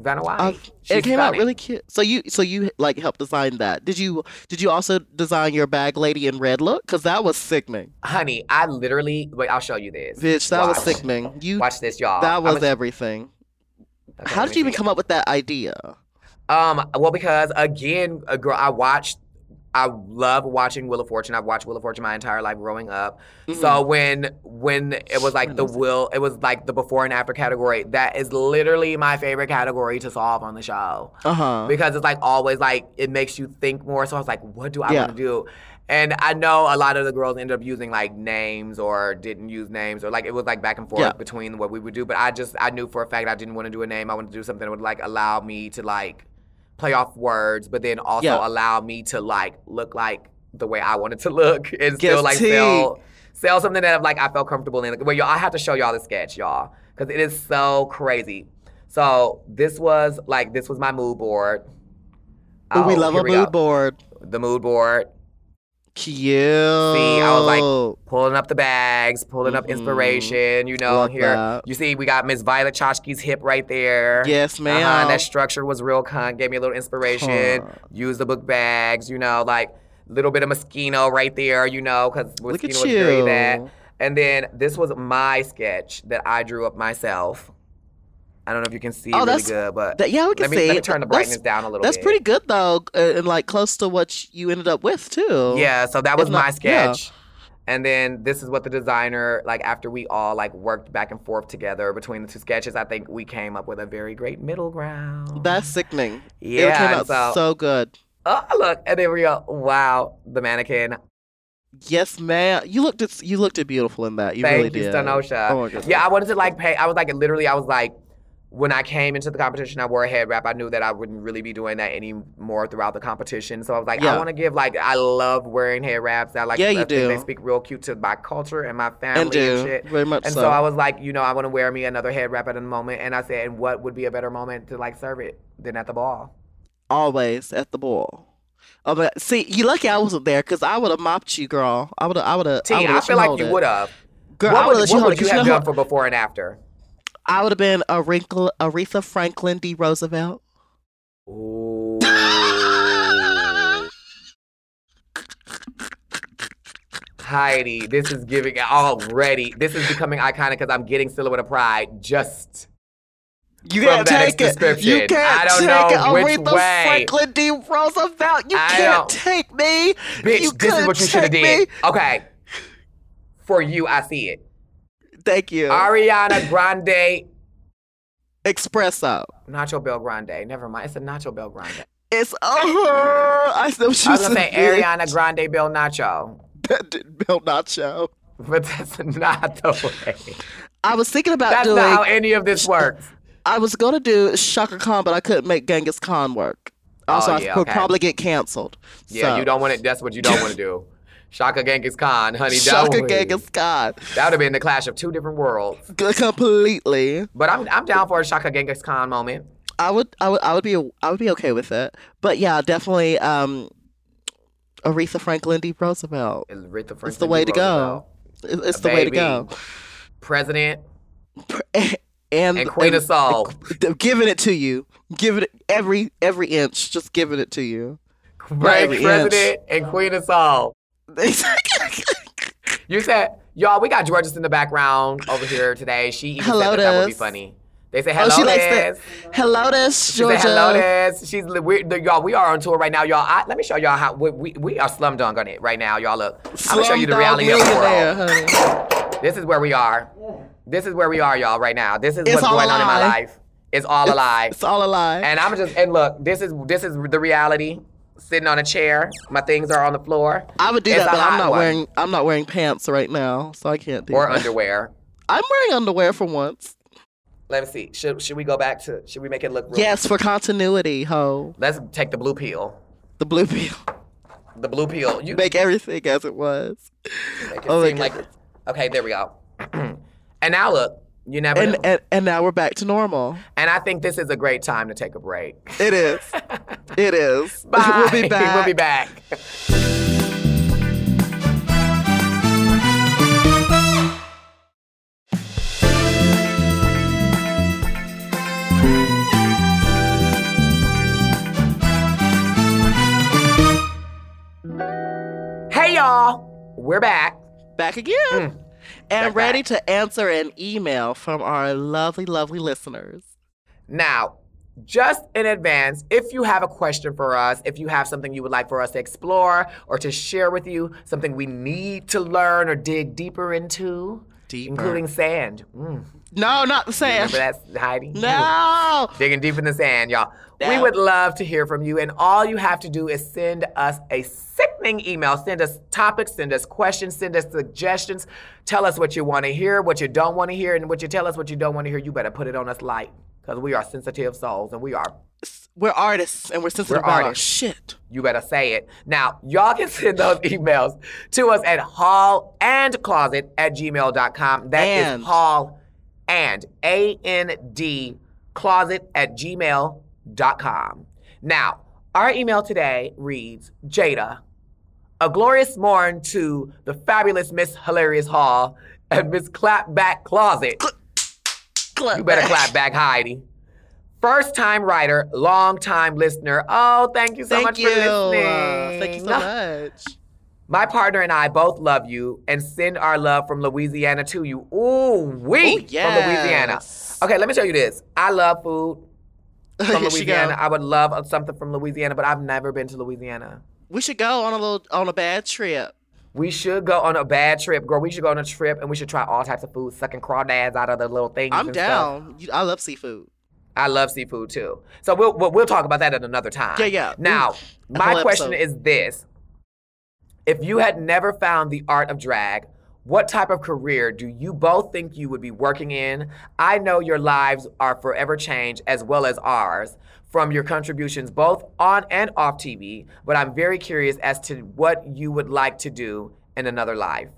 Speaker 2: Vanna White.
Speaker 1: Uh,
Speaker 2: She's
Speaker 1: it came out
Speaker 2: stunning.
Speaker 1: really cute. So you, so you like helped design that. Did you? Did you also design your bag lady in red look? Cause that was sickening,
Speaker 2: honey. I literally wait. I'll show you this.
Speaker 1: bitch. That was
Speaker 2: Watch.
Speaker 1: sickening. You.
Speaker 2: Watch this, y'all.
Speaker 1: that was
Speaker 2: a,
Speaker 1: everything. How did you even come up with that idea?
Speaker 2: Um, well, because again, a girl, I watched. I love watching Wheel of Fortune. I've watched Wheel of Fortune my entire life growing up.
Speaker 1: Mm-hmm.
Speaker 2: So when when it was like
Speaker 1: When
Speaker 2: the
Speaker 1: was it?
Speaker 2: will, it was like the before and after category. That is literally my favorite category to solve on the show
Speaker 1: uh huh.
Speaker 2: because it's like always like it makes you think more. So I was like, what do I
Speaker 1: Yeah.
Speaker 2: want to do? And I know a lot of the girls ended up using like names or didn't use names or like it was like back and forth
Speaker 1: Yeah.
Speaker 2: between what we would do. But I just I knew for a fact I didn't want to do a name. I wanted to do something that would like allow me to like play off words, but then also
Speaker 1: Yeah.
Speaker 2: allow me to like look like the way I wanted to look and still
Speaker 1: Yes,
Speaker 2: like
Speaker 1: tea.
Speaker 2: sell sell something that like I felt comfortable in. Well, y'all, I have to show y'all the sketch, y'all, because it is so crazy. So this was like this was my mood board.
Speaker 1: we
Speaker 2: Oh,
Speaker 1: love
Speaker 2: here
Speaker 1: a mood
Speaker 2: go.
Speaker 1: board.
Speaker 2: The mood board,
Speaker 1: Cute.
Speaker 2: was like, uh-huh, pulling up the bags, pulling up
Speaker 1: Mhm.
Speaker 2: inspiration. You know,
Speaker 1: Love
Speaker 2: here
Speaker 1: that.
Speaker 2: you see we got Miss Violet Chachki's hip right there.
Speaker 1: yes,
Speaker 2: Uh-huh,
Speaker 1: ma'am.
Speaker 2: and that structure was real cunt. Gave me a little inspiration.
Speaker 1: Huh.
Speaker 2: Use the book bags, you know, like little bit of Moschino right there, you know, because
Speaker 1: Look
Speaker 2: Moschino
Speaker 1: at
Speaker 2: was very that.
Speaker 1: you.
Speaker 2: And then this was my sketch that I drew up myself. I don't know if you can see
Speaker 1: Oh,
Speaker 2: really
Speaker 1: that's-
Speaker 2: good, but
Speaker 1: That- yeah, we can
Speaker 2: let me,
Speaker 1: see.
Speaker 2: let me
Speaker 1: it.
Speaker 2: turn the
Speaker 1: That's-
Speaker 2: brightness down a little
Speaker 1: That's
Speaker 2: bit.
Speaker 1: pretty good though, uh, and like close to what you ended up with too.
Speaker 2: Yeah, so that was
Speaker 1: It's not-
Speaker 2: my
Speaker 1: yeah.
Speaker 2: sketch. And then this is what the designer, like after we all like worked back and forth together between the two sketches, I think we came up with a very great middle ground.
Speaker 1: That's sickening.
Speaker 2: yeah,
Speaker 1: it came out
Speaker 2: so,
Speaker 1: so good.
Speaker 2: oh look, and then we go, wow, the mannequin.
Speaker 1: Yes, ma'am. You looked at you looked at beautiful in that. You
Speaker 2: Thank
Speaker 1: really
Speaker 2: you,
Speaker 1: did.
Speaker 2: Stanosha.
Speaker 1: Oh my goodness.
Speaker 2: Yeah, I wanted to like pay. I was like, literally, I was like, when I came into the competition, I wore a head wrap. I knew that I wouldn't really be doing that anymore throughout the competition. So I was like, I
Speaker 1: Yeah.
Speaker 2: want to give like, I love wearing head wraps. I like,
Speaker 1: Yeah, you
Speaker 2: I think They
Speaker 1: do.
Speaker 2: speak real cute to my culture and my family
Speaker 1: and
Speaker 2: and,
Speaker 1: do
Speaker 2: shit.
Speaker 1: very much
Speaker 2: And so.
Speaker 1: so.
Speaker 2: I was like, you know, I want to wear me another head wrap at a moment. And I said, and what would be a better moment to like serve it than at the ball?
Speaker 1: Always at the ball. Oh, but see, you lucky I wasn't there because I would have mopped you, girl. I would have. I would have.
Speaker 2: T,
Speaker 1: I,
Speaker 2: I,
Speaker 1: would've let
Speaker 2: feel like
Speaker 1: hold
Speaker 2: you
Speaker 1: it.
Speaker 2: would have.
Speaker 1: Girl, I would
Speaker 2: what
Speaker 1: have
Speaker 2: would,
Speaker 1: let you
Speaker 2: what
Speaker 1: hold
Speaker 2: would
Speaker 1: it.
Speaker 2: you
Speaker 1: 'cause you
Speaker 2: have
Speaker 1: know
Speaker 2: done
Speaker 1: who-
Speaker 2: for before and after?
Speaker 1: I would have been a wrinkle, Aretha Franklin D. Roosevelt.
Speaker 2: Ooh. Heidi, this is giving already. This is becoming iconic because I'm getting silhouette of pride. Just
Speaker 1: You
Speaker 2: from
Speaker 1: can't
Speaker 2: that
Speaker 1: take it.
Speaker 2: description.
Speaker 1: You can't
Speaker 2: I don't
Speaker 1: take
Speaker 2: know
Speaker 1: it.
Speaker 2: which
Speaker 1: Aretha
Speaker 2: way.
Speaker 1: Franklin D. Roosevelt. You
Speaker 2: I
Speaker 1: can't
Speaker 2: don't-
Speaker 1: take me. You
Speaker 2: bitch, this is
Speaker 1: couldn't
Speaker 2: what you should have
Speaker 1: take
Speaker 2: did.
Speaker 1: me.
Speaker 2: Okay. For you, I see it.
Speaker 1: Thank you.
Speaker 2: Ariana Grande,
Speaker 1: Espresso.
Speaker 2: Nacho Bel Grande. Never mind. It's a Nacho Bel Grande.
Speaker 1: It's uh, I know what you
Speaker 2: I was gonna say
Speaker 1: said.
Speaker 2: Ariana Grande Bel Nacho.
Speaker 1: That did Bill Nacho.
Speaker 2: But that's not the way.
Speaker 1: I was thinking about
Speaker 2: That's
Speaker 1: doing.
Speaker 2: not how any of this works.
Speaker 1: I was gonna do Shaka Khan, but I couldn't make Genghis Khan work. Also,
Speaker 2: Oh,
Speaker 1: I
Speaker 2: yeah,
Speaker 1: could
Speaker 2: okay.
Speaker 1: probably get canceled.
Speaker 2: Yeah,
Speaker 1: So,
Speaker 2: you don't want to. That's what you don't want to do. Shaka Genghis Khan, honey. that
Speaker 1: Shaka
Speaker 2: would-
Speaker 1: Genghis Khan
Speaker 2: That would have been the clash of two different worlds.
Speaker 1: G- completely.
Speaker 2: But I'm, I'm down for a Shaka Genghis Khan moment.
Speaker 1: I would, I would, I would be, I would be okay with it. But yeah, definitely, um, Aretha Franklin D. Roosevelt.
Speaker 2: Aretha Franklin
Speaker 1: It's the way to
Speaker 2: D.
Speaker 1: go.
Speaker 2: Roosevelt,
Speaker 1: It- It's the way to
Speaker 2: Baby.
Speaker 1: go.
Speaker 2: President
Speaker 1: And,
Speaker 2: and Queen of Soul.
Speaker 1: and giving it to you, giving it every every inch, just giving it to you.
Speaker 2: Right,
Speaker 1: every
Speaker 2: President and Queen of Soul. You said, y'all, we got Georges in the background over here today. She even
Speaker 1: Hello,
Speaker 2: said that, that would be
Speaker 1: Des.
Speaker 2: funny. They said,
Speaker 1: Oh,
Speaker 2: hello,
Speaker 1: she likes
Speaker 2: Des.
Speaker 1: that. Hello, this
Speaker 2: She said,
Speaker 1: Georgia.
Speaker 2: hello, Des. She's li- we're, the- y'all. We are on tour right now, y'all. I, let me show y'all how we, we, we are slum dunk on it right now, y'all. Look, I'm gonna show you the
Speaker 1: Slumdog
Speaker 2: reality of the
Speaker 1: Millionaire,
Speaker 2: world.
Speaker 1: honey.
Speaker 2: This is where we are. This is where we are, y'all, right now. This is
Speaker 1: It's
Speaker 2: what's
Speaker 1: all
Speaker 2: going on in my
Speaker 1: alive.
Speaker 2: life. It's all alive.
Speaker 1: It's all a lie.
Speaker 2: and I'm just and look, this is this is the reality. Sitting on a chair, my things are on the floor
Speaker 1: I would do
Speaker 2: it's
Speaker 1: that,
Speaker 2: a
Speaker 1: but I'm
Speaker 2: hot
Speaker 1: not
Speaker 2: one.
Speaker 1: wearing I'm not wearing pants right now, so I can't do
Speaker 2: or
Speaker 1: that.
Speaker 2: underwear.
Speaker 1: I'm wearing underwear for once.
Speaker 2: Let me see. Should should we go back to? Should we make it look? real?
Speaker 1: Yes, for continuity, ho.
Speaker 2: Let's take the blue peel.
Speaker 1: The blue pill.
Speaker 2: The blue peel. You
Speaker 1: Make everything as it was.
Speaker 2: make it
Speaker 1: oh my
Speaker 2: seem like. Okay, there we go. and now look, you never. know.
Speaker 1: And, and and now we're back to normal.
Speaker 2: And I think this is a great time to take a break.
Speaker 1: It is. it is.
Speaker 2: Bye.
Speaker 1: We'll be back.
Speaker 2: We'll be back. Hey y'all, we're back.
Speaker 1: Back again.
Speaker 2: Mm.
Speaker 1: And
Speaker 2: Back,
Speaker 1: ready
Speaker 2: back.
Speaker 1: to answer an email from our lovely, lovely listeners.
Speaker 2: Now, just in advance, if you have a question for us, if you have something you would like for us to explore or to share with you, something we need to learn or dig deeper into,
Speaker 1: Deeper.
Speaker 2: including sand. Mm.
Speaker 1: No, not the sand.
Speaker 2: Remember that, Heidi?
Speaker 1: No.
Speaker 2: Digging deep in the sand, y'all. We
Speaker 1: No.
Speaker 2: would love to hear from you, and all you have to do is send us a sickening email. Send us topics, send us questions, send us suggestions. Tell us what you want to hear, what you don't want to hear, and what you tell us what you don't want to hear. You better put it on us light, because we are sensitive souls, and we are.
Speaker 1: We're artists and we're sensitive
Speaker 2: We're
Speaker 1: about our
Speaker 2: artists.
Speaker 1: shit.
Speaker 2: You better say it. Now, y'all can send those emails to us at hall and closet at gmail.com. That is
Speaker 1: And.
Speaker 2: hall and A N D closet at gmail.com. Now, our email today reads Jada, a glorious morn to the fabulous Miss Hilarious Hall and Miss Clapback Closet. You better clap back, Heidi. First time writer, long time listener. Oh, thank you so
Speaker 1: Thank
Speaker 2: much
Speaker 1: you.
Speaker 2: for
Speaker 1: Uh,
Speaker 2: listening.
Speaker 1: Thank you so much.
Speaker 2: My partner and I both love you and send our love from Louisiana to you. Ooh, we
Speaker 1: Ooh,
Speaker 2: from Louisiana.
Speaker 1: Oh, yes.
Speaker 2: Okay, let me tell you this. I love food from
Speaker 1: Here she go.
Speaker 2: Louisiana. I would love something from Louisiana, but I've never been to Louisiana.
Speaker 1: We should go on a little on a bad trip.
Speaker 2: We should go on a bad trip, girl. We should go on a trip and we should try all types of food, sucking crawdads out of the little things.
Speaker 1: I'm
Speaker 2: and stuff.
Speaker 1: down. You, I love seafood.
Speaker 2: I love seafood too. So we'll we'll, we'll talk about that at another time.
Speaker 1: Yeah, yeah.
Speaker 2: Now,
Speaker 1: a
Speaker 2: my
Speaker 1: whole
Speaker 2: question
Speaker 1: episode.
Speaker 2: is this: If you had never found the art of drag, what type of career do you both think you would be working in? I know your lives are forever changed as well as ours from your contributions both on and off TV, but I'm very curious as to what you would like to do in another life.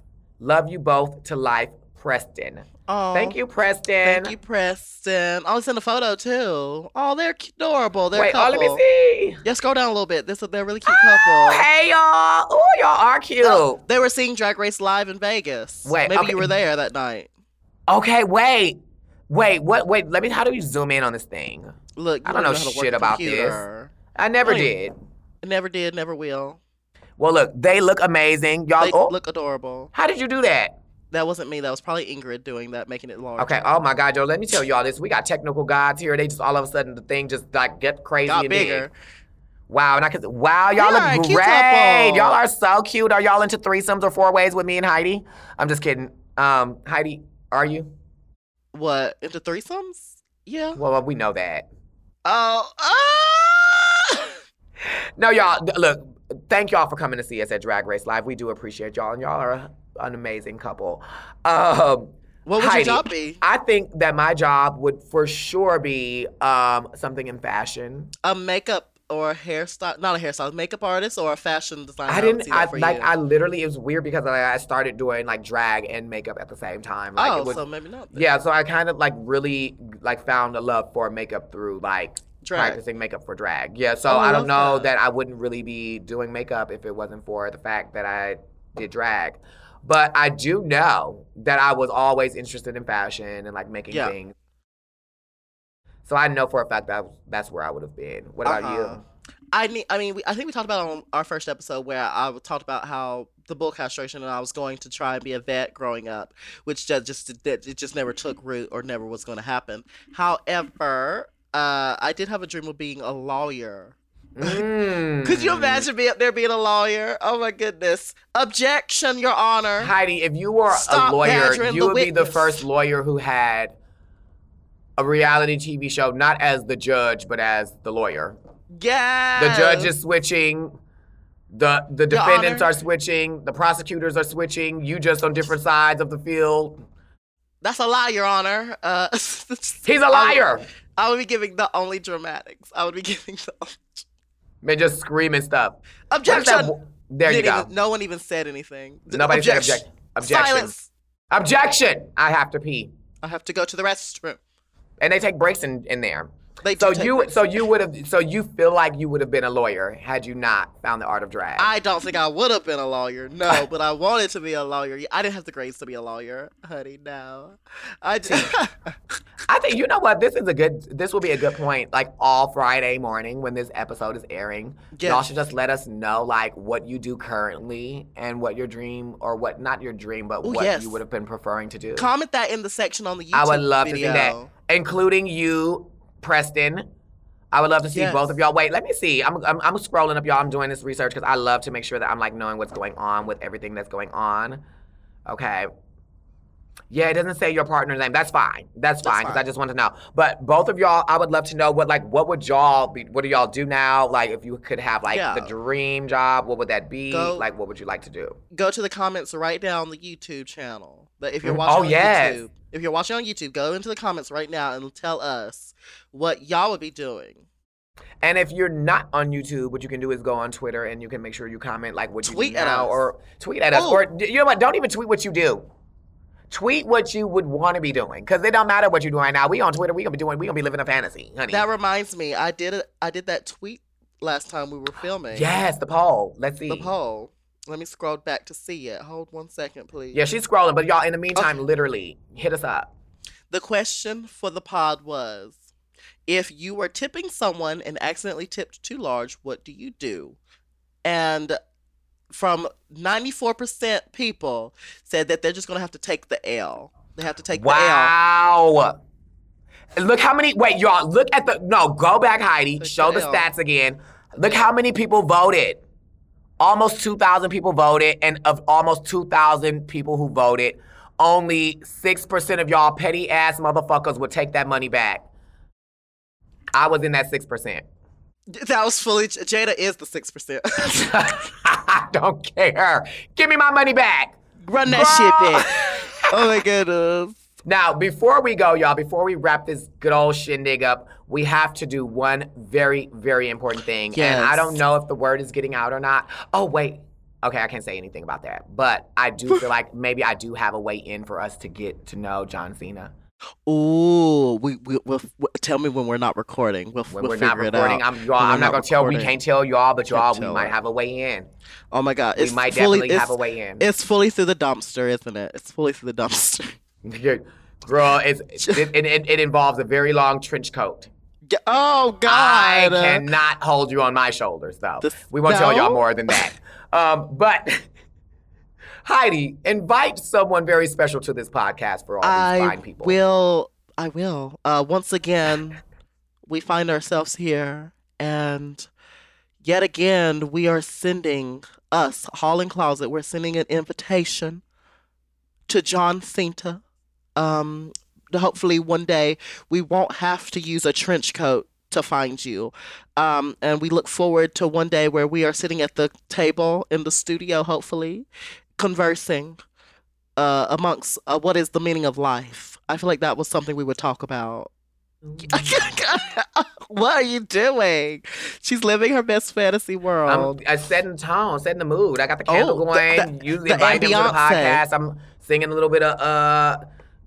Speaker 2: Love you both to life, Preston.
Speaker 1: Oh,
Speaker 2: Thank you, Preston.
Speaker 1: Thank you, Preston. Oh, it's in a photo too. Oh, they're cu- adorable. They're
Speaker 2: Wait,
Speaker 1: a
Speaker 2: oh,
Speaker 1: couple.
Speaker 2: let me see.
Speaker 1: Yeah, scroll down a little bit. This they're a really cute
Speaker 2: Oh,
Speaker 1: couple.
Speaker 2: hey y'all. Oh, y'all are cute.
Speaker 1: They were seeing Drag Race live in Vegas.
Speaker 2: Wait,
Speaker 1: maybe
Speaker 2: okay.
Speaker 1: you were there that night.
Speaker 2: Okay, wait. Wait, what wait, let me how do you zoom in on this thing?
Speaker 1: Look, you
Speaker 2: I don't know
Speaker 1: how to work
Speaker 2: shit
Speaker 1: a
Speaker 2: about this.
Speaker 1: computer.
Speaker 2: I never
Speaker 1: Wait.
Speaker 2: did.
Speaker 1: Never did, never will.
Speaker 2: Well, look, they look amazing. Y'all,
Speaker 1: They
Speaker 2: oh,
Speaker 1: look adorable.
Speaker 2: how did you do that?
Speaker 1: That wasn't me. That was probably Ingrid doing that, making it large.
Speaker 2: Okay. Oh my God, yo, let me tell you all this. We got technical gods here. They just all of a sudden the thing just like get crazy.
Speaker 1: Got
Speaker 2: and
Speaker 1: bigger.
Speaker 2: Big. Wow. And I could. Wow, y'all
Speaker 1: We are a
Speaker 2: look
Speaker 1: cute
Speaker 2: great.
Speaker 1: couple.
Speaker 2: Y'all are so cute. Are y'all into threesomes or four ways with me and Heidi? I'm just kidding. Um, Heidi, are you?
Speaker 1: What into threesomes? Yeah.
Speaker 2: Well, we know that.
Speaker 1: Oh. ah!
Speaker 2: No, y'all, th- look, thank y'all for coming to see us at Drag Race Live. We do appreciate y'all, and y'all are a- an amazing couple. Um,
Speaker 1: What would
Speaker 2: Heidi.
Speaker 1: your job be?
Speaker 2: I think that my job would for sure be um, something in fashion.
Speaker 1: A makeup or a hairstyle? Not a hairstyle. Makeup artist or a fashion designer?
Speaker 2: I
Speaker 1: would
Speaker 2: didn't.
Speaker 1: see
Speaker 2: I
Speaker 1: that for
Speaker 2: like.
Speaker 1: you.
Speaker 2: I literally. It was weird because I, I started doing like drag and makeup at the same time. Like,
Speaker 1: oh,
Speaker 2: it was,
Speaker 1: so maybe not. then.
Speaker 2: yeah. So I kind of like really like found a love for makeup through like
Speaker 1: Drag.
Speaker 2: practicing makeup for drag. Yeah, so
Speaker 1: Oh, I
Speaker 2: I don't know
Speaker 1: love
Speaker 2: that. I wouldn't really be doing makeup if it wasn't for the fact that I did drag. But I do know that I was always interested in fashion and like making
Speaker 1: Yeah.
Speaker 2: things. So I know for a fact that that's where I would have been. What about
Speaker 1: Uh-huh. I need. I mean, we, I think we talked about on our first episode where I talked about how the bull castration and I was going to try and be a vet growing up, which just just that it just never took root or never was going to happen. However, uh, I did have a dream of being a lawyer.
Speaker 2: you? Mm.
Speaker 1: Could you imagine me up there being a lawyer? Oh my goodness! Objection, Your Honor.
Speaker 2: Heidi? If you were
Speaker 1: Stop
Speaker 2: a lawyer,
Speaker 1: badgering
Speaker 2: you
Speaker 1: the
Speaker 2: would be the
Speaker 1: witness.
Speaker 2: first lawyer who had a reality TV show, not as the judge, but as the lawyer.
Speaker 1: Yeah.
Speaker 2: The judge is switching. The the
Speaker 1: Your
Speaker 2: defendants
Speaker 1: Honor.
Speaker 2: are switching. The prosecutors are switching. You just on different sides of the field.
Speaker 1: That's a lie, Your Honor. Uh,
Speaker 2: He's a
Speaker 1: Oh.
Speaker 2: liar.
Speaker 1: I would be giving the only dramatics. I would be giving the only...
Speaker 2: Man, just screaming stuff. What is that
Speaker 1: objection.
Speaker 2: wo- There you
Speaker 1: Didn't
Speaker 2: go.
Speaker 1: even- no one even said anything. D-
Speaker 2: Nobody said
Speaker 1: objection.
Speaker 2: object. Objection.
Speaker 1: Silence.
Speaker 2: Objection. I have to pee,
Speaker 1: I have to go to the restroom.
Speaker 2: and they take breaks in, in there.
Speaker 1: They
Speaker 2: So
Speaker 1: do take
Speaker 2: you
Speaker 1: breaks.
Speaker 2: so you would have so you feel like you would have been a lawyer had you not found the art of drag.
Speaker 1: I don't think I would have been a lawyer. No, but I wanted to be a lawyer. I didn't have the grades to be a lawyer, honey. No, I did.
Speaker 2: I think you know what this is a good. This will be a good point. Like all Friday morning when this episode is airing,
Speaker 1: Yes.
Speaker 2: y'all should just let us know like what you do currently and what your dream or what not your dream, but
Speaker 1: Ooh,
Speaker 2: what
Speaker 1: yes.
Speaker 2: you would have been preferring to do,
Speaker 1: Comment that in the section on the YouTube
Speaker 2: I would love to see
Speaker 1: video.
Speaker 2: that. including you, Preston. I would love to see
Speaker 1: Yes.
Speaker 2: both of y'all. Wait, let me see. I'm, I'm I'm scrolling up, y'all. I'm doing this research because I love to make sure that I'm like knowing what's going on with everything that's going on. Okay. Yeah, it doesn't say your partner's name. That's fine. That's fine because I
Speaker 1: fine.
Speaker 2: just want to know. But both of y'all, I would love to know what like what would y'all be? What do y'all do now? Like if you could have like
Speaker 1: Yeah.
Speaker 2: the dream job, what would that be?
Speaker 1: Go-
Speaker 2: Like what would you like to do?
Speaker 1: Go to the comments right now on the YouTube channel. But if you're
Speaker 2: Mm,
Speaker 1: watching
Speaker 2: oh,
Speaker 1: on
Speaker 2: yes.
Speaker 1: YouTube, if you're watching on YouTube, go into the comments right now and tell us what y'all would be doing.
Speaker 2: And if you're not on YouTube, what you can do is go on Twitter and you can make sure you comment like what you
Speaker 1: Tweet
Speaker 2: do
Speaker 1: at
Speaker 2: now
Speaker 1: us.
Speaker 2: or tweet at us.
Speaker 1: Ooh.
Speaker 2: Or d- you know what? Don't even tweet what you do. Tweet what you would want to be doing, cause it don't matter what you're doing right now. We on Twitter, we gonna be doing, we gonna be living a fantasy, honey.
Speaker 1: That reminds me, I did a, I did that tweet last time we were filming.
Speaker 2: yes, the poll. Let's see.
Speaker 1: The poll. Let me scroll back to see it. Hold one second, please.
Speaker 2: Yeah, she's scrolling, but y'all, in the meantime, literally hit us up.
Speaker 1: The question for the pod was if you were tipping someone and accidentally tipped too large, what do you do? And from 94% people said that they're just going to have to take the L. They have to take
Speaker 2: Wow. Look how many. Wait, y'all. Look at the. No, go back, Heidi.
Speaker 1: Look
Speaker 2: Show
Speaker 1: at
Speaker 2: the
Speaker 1: L.
Speaker 2: stats again. Look how many people voted. Almost 2,000 people voted, and of almost 2,000 people who voted, only 6% of y'all petty ass motherfuckers would take that money back. I was in that 6%.
Speaker 1: the L. That was fully, Jada is the 6%.
Speaker 2: I don't care. Give me my money back.
Speaker 1: Run that shit back. Oh my goodness.
Speaker 2: Now, before we go, y'all, before we wrap this good old shindig up, we have to do one very, very important thing. And I
Speaker 1: Yes.
Speaker 2: don't know if the word is getting out or not. Oh, wait. Okay, I can't say anything about that. But I do feel like maybe I do have a way in for us to get to know John Cena.
Speaker 1: Ooh, we, we, we'll, we'll- tell me when we're not recording. We'll,
Speaker 2: When
Speaker 1: we'll
Speaker 2: we're
Speaker 1: figure
Speaker 2: not recording,
Speaker 1: it out.
Speaker 2: I'm y'all,
Speaker 1: When we're
Speaker 2: I'm not,
Speaker 1: not
Speaker 2: gonna tell we
Speaker 1: recording.
Speaker 2: can't tell y'all, but
Speaker 1: Can't
Speaker 2: y'all, we
Speaker 1: tell
Speaker 2: might
Speaker 1: us.
Speaker 2: have a way in.
Speaker 1: Oh my god, it's
Speaker 2: we might
Speaker 1: fully,
Speaker 2: definitely
Speaker 1: it's,
Speaker 2: have a way in.
Speaker 1: It's fully through the dumpster, isn't it? It's fully through the dumpster.
Speaker 2: Girl, it's, it, it, it involves a very long trench coat.
Speaker 1: G- Oh
Speaker 2: I
Speaker 1: God.
Speaker 2: cannot hold you on my shoulders, though.
Speaker 1: This-
Speaker 2: we won't tell y'all
Speaker 1: no.
Speaker 2: more than that. um, but Heidi, invite someone very special to this podcast for all these
Speaker 1: I
Speaker 2: fine people.
Speaker 1: will. I will. Uh, once again, we find ourselves here, and yet again, we are sending us Hall and Closet. We're sending an invitation to John Cinta. Um, hopefully, one day we won't have to use a trench coat to find you. Um, and we look forward to one day where we are sitting at the table in the studio, hopefully, conversing uh, amongst uh, what is the meaning of life. I feel like that was something we would talk about. what are you doing? She's living her best fantasy
Speaker 2: I'm
Speaker 1: world.
Speaker 2: I setting tone, setting the mood. I got the candle
Speaker 1: Oh, the-
Speaker 2: going.
Speaker 1: the-
Speaker 2: Usually
Speaker 1: the
Speaker 2: invite them to the
Speaker 1: ambiance.
Speaker 2: podcast. I'm singing a little bit of uh,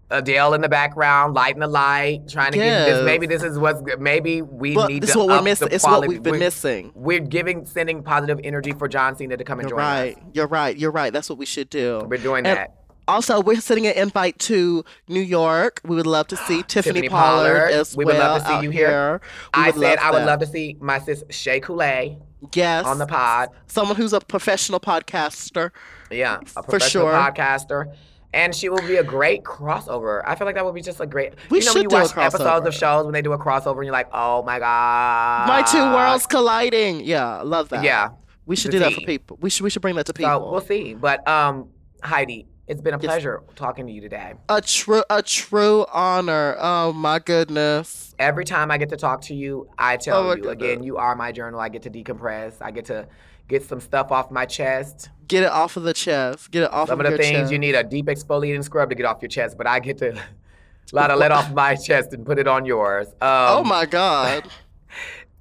Speaker 2: Adele in the background, lighting the light, trying to get
Speaker 1: Yes.
Speaker 2: this. Maybe this is what's good. Maybe we
Speaker 1: but
Speaker 2: need
Speaker 1: this is
Speaker 2: to
Speaker 1: what we're
Speaker 2: up
Speaker 1: missing.
Speaker 2: the
Speaker 1: It's what
Speaker 2: quality.
Speaker 1: we've been
Speaker 2: We're-
Speaker 1: missing.
Speaker 2: We're giving, sending positive energy for John Cena to come and
Speaker 1: You're
Speaker 2: join
Speaker 1: right.
Speaker 2: us.
Speaker 1: You're right. You're right. That's what we should do.
Speaker 2: We're doing
Speaker 1: And-
Speaker 2: that.
Speaker 1: Also, we're sending an invite to New York. We would love to see Tiffany,
Speaker 2: Tiffany
Speaker 1: Pollard,
Speaker 2: Pollard.
Speaker 1: as
Speaker 2: We
Speaker 1: well.
Speaker 2: would love to see
Speaker 1: out
Speaker 2: you here.
Speaker 1: We
Speaker 2: I
Speaker 1: would
Speaker 2: said I would
Speaker 1: that.
Speaker 2: love to see my sis Shay Coulee
Speaker 1: yes
Speaker 2: on the pod.
Speaker 1: someone who's a professional podcaster.
Speaker 2: Yeah, a
Speaker 1: For
Speaker 2: professional
Speaker 1: sure.
Speaker 2: podcaster. And she will be a great crossover. I feel like that would be just a great.
Speaker 1: We
Speaker 2: you know,
Speaker 1: should
Speaker 2: when you
Speaker 1: do a
Speaker 2: watch episodes of
Speaker 1: crossover.
Speaker 2: shows when they do a crossover, and you're like, oh my god,
Speaker 1: My two worlds colliding. Yeah, I love that.
Speaker 2: Uh, Yeah.
Speaker 1: we should
Speaker 2: the
Speaker 1: do that
Speaker 2: tea.
Speaker 1: for people. We should we should bring that to people.
Speaker 2: So we'll see. But um, Heidi, it's been a
Speaker 1: Yes.
Speaker 2: pleasure talking to you today.
Speaker 1: a true a true honor. Oh my goodness.
Speaker 2: Every time I get to talk to you, I tell
Speaker 1: Oh, my
Speaker 2: you again,
Speaker 1: goodness.
Speaker 2: you are my journal. I get to decompress. I get to get some stuff off my chest.
Speaker 1: Get it off of the chest. Get it off
Speaker 2: Some
Speaker 1: of,
Speaker 2: of the
Speaker 1: your
Speaker 2: things
Speaker 1: chest.
Speaker 2: you need a deep exfoliating scrub to get off your chest, but I get to lot of let off my chest and put it on yours. Um,
Speaker 1: oh my god.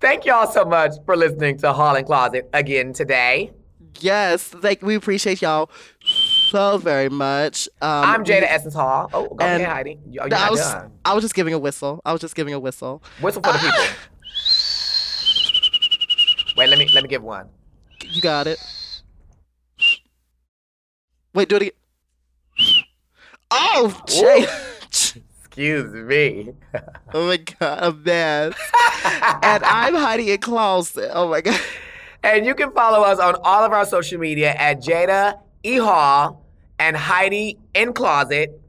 Speaker 2: Thank y'all so much for listening to Hall and Closet again today.
Speaker 1: yes, like we appreciate y'all so very much. Um,
Speaker 2: I'm Jada Essence Hall. Oh, go ahead,
Speaker 1: And-
Speaker 2: Heidi. You- You're
Speaker 1: I
Speaker 2: not
Speaker 1: was
Speaker 2: done.
Speaker 1: I was just giving a whistle. I was just giving a whistle.
Speaker 2: Whistle for the people.
Speaker 1: Ah.
Speaker 2: Wait, let me let me give one.
Speaker 1: You got it. Wait, do it again. Oh, Jada.
Speaker 2: Excuse me.
Speaker 1: Oh my god, a mess. and I'm Heidi in closet. Oh my god.
Speaker 2: And you can follow us on all of our social media at Jada E Hall and Heidi in Closet.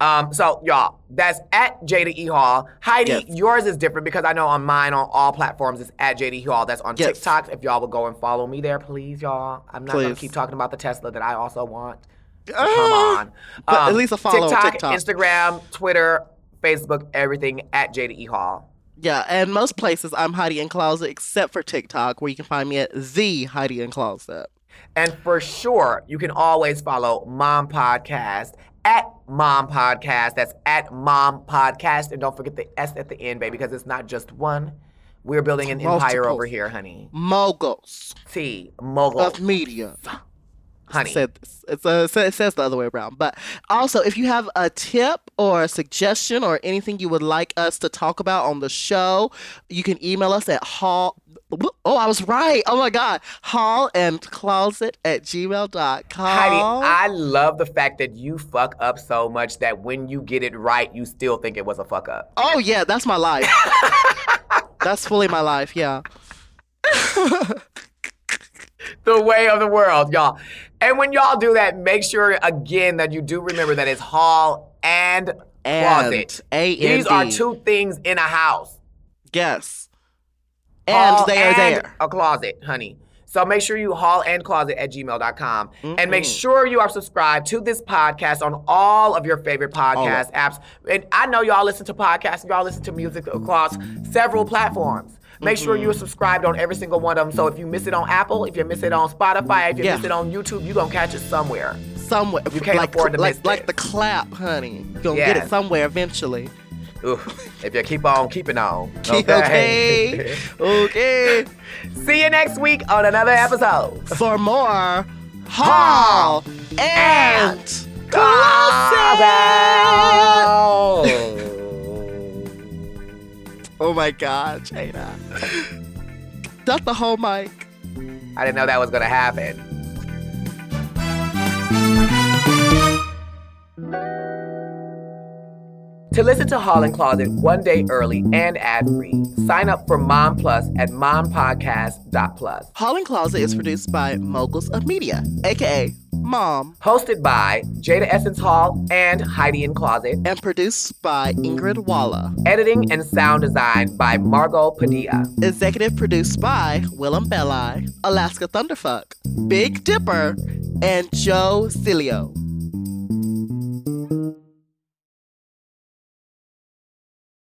Speaker 2: Um, so y'all, that's at Jada E Hall. Heidi,
Speaker 1: Yes.
Speaker 2: yours is different because I know on mine on all platforms it's at Jada E Hall. That's on
Speaker 1: Yes.
Speaker 2: TikTok. If y'all will go and follow me there, please, y'all. I'm not gonna
Speaker 1: Please.
Speaker 2: keep talking about the Tesla that I also want. Come
Speaker 1: Ah.
Speaker 2: on.
Speaker 1: But at least a follow on
Speaker 2: TikTok,
Speaker 1: TikTok.
Speaker 2: Instagram, Twitter, Facebook, everything at Jada E Hall.
Speaker 1: Yeah, and most places I'm Heidi in closet except for TikTok, where you can find me at the Heidi in closet.
Speaker 2: And for sure, you can always follow Mom Podcast at Mom Podcast. That's at Mom Podcast. And don't forget the S at the end, baby, because it's not just one. We're building an empire
Speaker 1: Multiples.
Speaker 2: over here, honey.
Speaker 1: Moguls
Speaker 2: T, mogul,
Speaker 1: of media.
Speaker 2: honey.
Speaker 1: said this. It's uh, it sa- it says the other way around. But also, if you have a tip or a suggestion or anything you would like us to talk about on the show, you can email us at hall. Oh, I was right. Oh my God. Hall and closet at gmail.com.
Speaker 2: Heidi, I love the fact that you fuck up so much that when you get it right, you still think it was a fuck up.
Speaker 1: oh, yeah. That's my life. that's fully my life. Yeah.
Speaker 2: the way of the world, y'all. And when y'all do that, make sure again that you do remember that it's hall and,
Speaker 1: And,
Speaker 2: closet.
Speaker 1: A-N-D.
Speaker 2: These are two things in a house.
Speaker 1: Yes. And
Speaker 2: Hall
Speaker 1: they are
Speaker 2: and
Speaker 1: there.
Speaker 2: A closet, honey. So make sure you hall and closet at gmail.com. And make sure you are subscribed to this podcast on all of your favorite podcast apps. And I know y'all listen to podcasts, y'all listen to music across several platforms. Make sure you're subscribed on every single one of them. So if you miss it on Apple, if you miss it on Spotify, if you
Speaker 1: Yeah.
Speaker 2: miss it on YouTube, you're going to catch it somewhere.
Speaker 1: Somewhere.
Speaker 2: You can't
Speaker 1: like,
Speaker 2: afford to
Speaker 1: like,
Speaker 2: miss
Speaker 1: like the
Speaker 2: this.
Speaker 1: clap, honey. You're going to get
Speaker 2: Yes.
Speaker 1: it somewhere eventually.
Speaker 2: Oof, if you keep on keeping on.
Speaker 1: okay. okay.
Speaker 2: See you next week on another episode.
Speaker 1: For more Hall and Closet. Oh my God, Jada. That's the whole mic.
Speaker 2: I didn't know that was gonna happen. To listen to Hall and Closet one day early and ad free, sign up for Mom Plus at mompodcast.plus.
Speaker 1: Hall and Closet is produced by Moguls of Media, aka Mom,
Speaker 2: Hosted by Jada Essence Hall and Heidi in Closet.
Speaker 1: and produced by Ingrid Walla.
Speaker 2: Editing and sound design by Margot Padilla.
Speaker 1: Executive produced by Willem Belli, Alaska Thunderfuck, Big Dipper, and Joe Cilio.